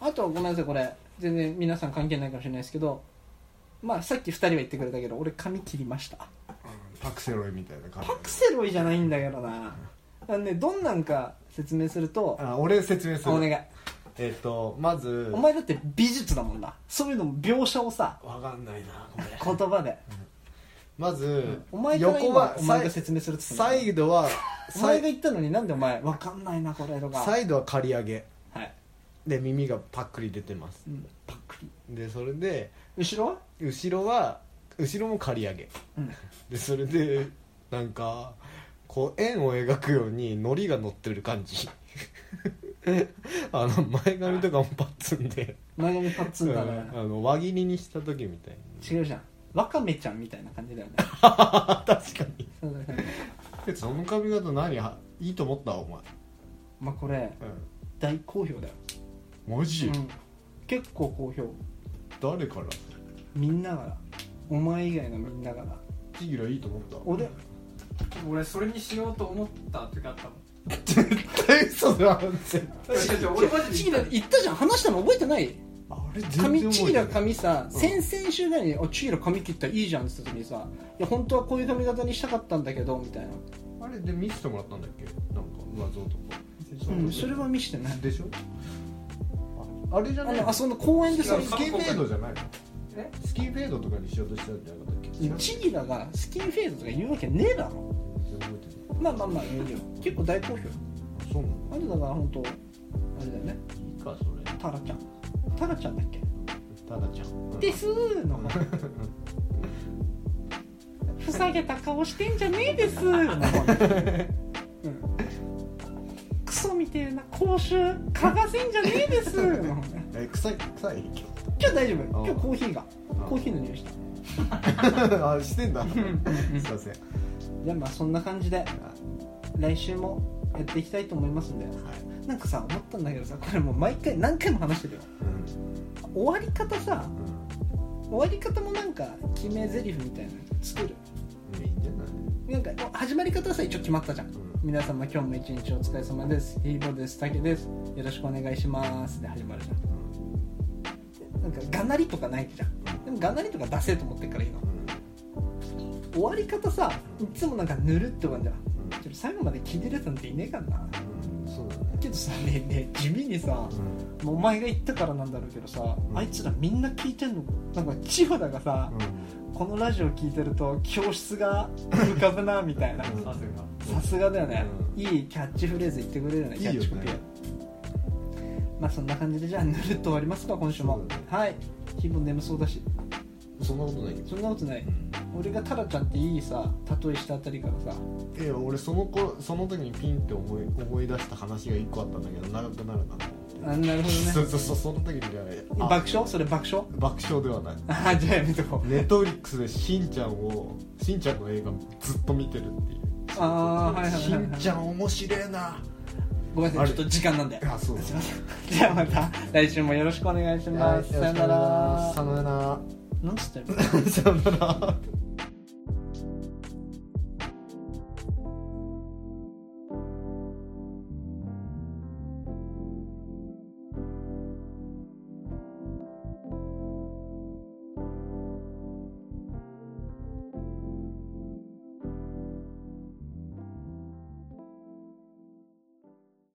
[SPEAKER 1] あとごめんなさいこれ全然皆さん関係ないかもしれないですけどまあさっき2人は言ってくれたけど俺髪切りました
[SPEAKER 2] パクセロイみたいな感じ
[SPEAKER 1] パクセロイじゃないんだけどなあのねどんなんか説明すると
[SPEAKER 2] あ俺説明する
[SPEAKER 1] お願い
[SPEAKER 2] えっ、とまず
[SPEAKER 1] お前だって美術だもんなそういうのも描写をさ
[SPEAKER 2] わかんないな
[SPEAKER 1] 言葉で
[SPEAKER 2] まず、
[SPEAKER 1] お前から
[SPEAKER 2] 横
[SPEAKER 1] 今
[SPEAKER 2] は
[SPEAKER 1] お前
[SPEAKER 2] サイ
[SPEAKER 1] が説明するっつったの
[SPEAKER 2] サイドは
[SPEAKER 1] お前
[SPEAKER 2] サ
[SPEAKER 1] が
[SPEAKER 2] イ
[SPEAKER 1] 言ったのになんでお前わかんないなこれとか
[SPEAKER 2] サイドは刈り上げ
[SPEAKER 1] はい、
[SPEAKER 2] で耳がパックリ出てます
[SPEAKER 1] うん、パクリ
[SPEAKER 2] でそれで
[SPEAKER 1] 後ろは
[SPEAKER 2] 後ろは後ろも刈り上げ
[SPEAKER 1] うん
[SPEAKER 2] でそれでなんかこう円を描くようにのりが乗ってる感じあの前髪とかもパッツンで、
[SPEAKER 1] 前髪パッツンだね
[SPEAKER 2] うんあの輪切りにした時みたい
[SPEAKER 1] 違うじゃんワカメちゃんみたいな感じだよね
[SPEAKER 2] な確かに
[SPEAKER 1] そうだね
[SPEAKER 2] えその髪型何いいと思ったお前、
[SPEAKER 1] まあこれ大好評だよ、
[SPEAKER 2] うん、マ
[SPEAKER 1] う
[SPEAKER 2] ジ、
[SPEAKER 1] ん、結構好評
[SPEAKER 2] 誰から
[SPEAKER 1] みんなからお前以外のみんなから
[SPEAKER 2] ちぎらいいと思った
[SPEAKER 1] 俺
[SPEAKER 4] 俺それにしようと思った時あったもん
[SPEAKER 2] え嘘だ絶対
[SPEAKER 4] 違う違う俺マ
[SPEAKER 1] チ
[SPEAKER 4] ジ
[SPEAKER 1] ギ
[SPEAKER 4] で
[SPEAKER 1] ラ言ったじゃん話したの覚えてない
[SPEAKER 2] あれ
[SPEAKER 1] 髪
[SPEAKER 2] 全然
[SPEAKER 1] チ
[SPEAKER 2] 覚
[SPEAKER 1] ギ
[SPEAKER 2] え
[SPEAKER 1] ラ
[SPEAKER 2] てない
[SPEAKER 1] 髪さ、先々週ぐらいに「あチギラ髪切ったらいいじゃん」って言った時にさ「いや本当はこういう髪型にしたかったんだけど」みたいな、
[SPEAKER 2] あれで見せてもらったんだっけなんか上像とか
[SPEAKER 1] うん、それは見してない
[SPEAKER 2] でしょああれじゃ
[SPEAKER 1] あ
[SPEAKER 2] ない
[SPEAKER 1] のあその公園でさ
[SPEAKER 4] 違う
[SPEAKER 2] スキンフェードじゃないの
[SPEAKER 4] え
[SPEAKER 2] スキンフェードとかにしようとしてたんじゃなかったっけ違う
[SPEAKER 1] チギラがスキンフェードとか言うわけねえだろ
[SPEAKER 2] 全然覚えてない
[SPEAKER 1] まあまあまあいいよ結構大好評
[SPEAKER 2] あそうなの
[SPEAKER 1] あれだから本当あれだよね
[SPEAKER 2] いいかそれ
[SPEAKER 1] タラちゃんタラちゃんだっけ
[SPEAKER 2] ただちゃん
[SPEAKER 1] ですーの方ふさげた顔してんじゃねえですーの方うんクソみてえな口臭嗅がせんじゃねえですーの方ね
[SPEAKER 2] え臭い臭い
[SPEAKER 1] 今日大丈夫
[SPEAKER 2] あ
[SPEAKER 1] 今日コーヒーが
[SPEAKER 2] あ
[SPEAKER 1] コーヒーの匂いした
[SPEAKER 2] あしてんだすい
[SPEAKER 1] うん
[SPEAKER 2] ません
[SPEAKER 1] じゃあまあそんな感じで来週もやっていきたいと思いますんで
[SPEAKER 2] はい
[SPEAKER 1] なんかさ思ったんだけどさこれもう毎回何回も話してるよ
[SPEAKER 2] うん
[SPEAKER 1] 終わり方さ
[SPEAKER 2] うん
[SPEAKER 1] 終わり方もなんか決め台詞みたいなの作る
[SPEAKER 2] いいんじゃない
[SPEAKER 1] なんか始まり方はさ一応決まったじゃん、
[SPEAKER 2] ん
[SPEAKER 1] 皆様今日も一日お疲れ様ですヒーボーですタケですよろしくお願いしますで始まるじゃん、なんかがなりとかないじゃんでもがなりとか出せと思ってるからいいの終わり方さいつもなんかぬるって終わるじゃんちょっと最後まで聞いてるやつなんていねえからな
[SPEAKER 2] そうだ
[SPEAKER 1] けどさねえねえ地味にさ
[SPEAKER 2] ね
[SPEAKER 1] お前が言ったからなんだろうけどさ、
[SPEAKER 2] うん
[SPEAKER 1] あいつらみんな聞いてんのなんか千代田がさ、このラジオ聞いてると教室が浮かぶなみたいな
[SPEAKER 4] さすが
[SPEAKER 1] さすがだよね、
[SPEAKER 2] う
[SPEAKER 1] いいキャッチフレーズ言ってくれるよね
[SPEAKER 2] い
[SPEAKER 1] キ
[SPEAKER 2] い
[SPEAKER 1] ャ
[SPEAKER 2] よね
[SPEAKER 1] ッチコピーまあそんな感じでじゃあぬるっと終わりますか今週も、
[SPEAKER 2] そうだね
[SPEAKER 1] はい日も眠そうだし
[SPEAKER 2] そんなことないけど
[SPEAKER 1] そんなことない俺がタラちゃんっていいさ例えしたあたりからさ
[SPEAKER 2] いや俺その子その時にピンって思い思い出した話が一個あったんだけど長くなるなと
[SPEAKER 1] あなるほどね
[SPEAKER 2] そうそうそうその時にじゃないあ
[SPEAKER 1] 爆笑それ爆笑
[SPEAKER 2] 爆笑ではない
[SPEAKER 1] あじゃあやめとこう
[SPEAKER 2] ネットフリックスでしんちゃんをしんちゃんの映画ずっと見てるっていう
[SPEAKER 1] あーはいはいはい
[SPEAKER 2] し
[SPEAKER 1] はい
[SPEAKER 2] んちゃん面白えな
[SPEAKER 1] ごめんな
[SPEAKER 2] あ
[SPEAKER 1] さい
[SPEAKER 2] れ
[SPEAKER 1] ちょっと時間なんで
[SPEAKER 2] あそうだ
[SPEAKER 1] すいませんじゃあまた来週もよろしくお願いします、さ
[SPEAKER 2] よろ
[SPEAKER 1] よ
[SPEAKER 2] しく
[SPEAKER 1] な
[SPEAKER 2] お願いします
[SPEAKER 1] ら
[SPEAKER 2] さよなら <laughs>
[SPEAKER 1] なんつってる
[SPEAKER 2] さよなら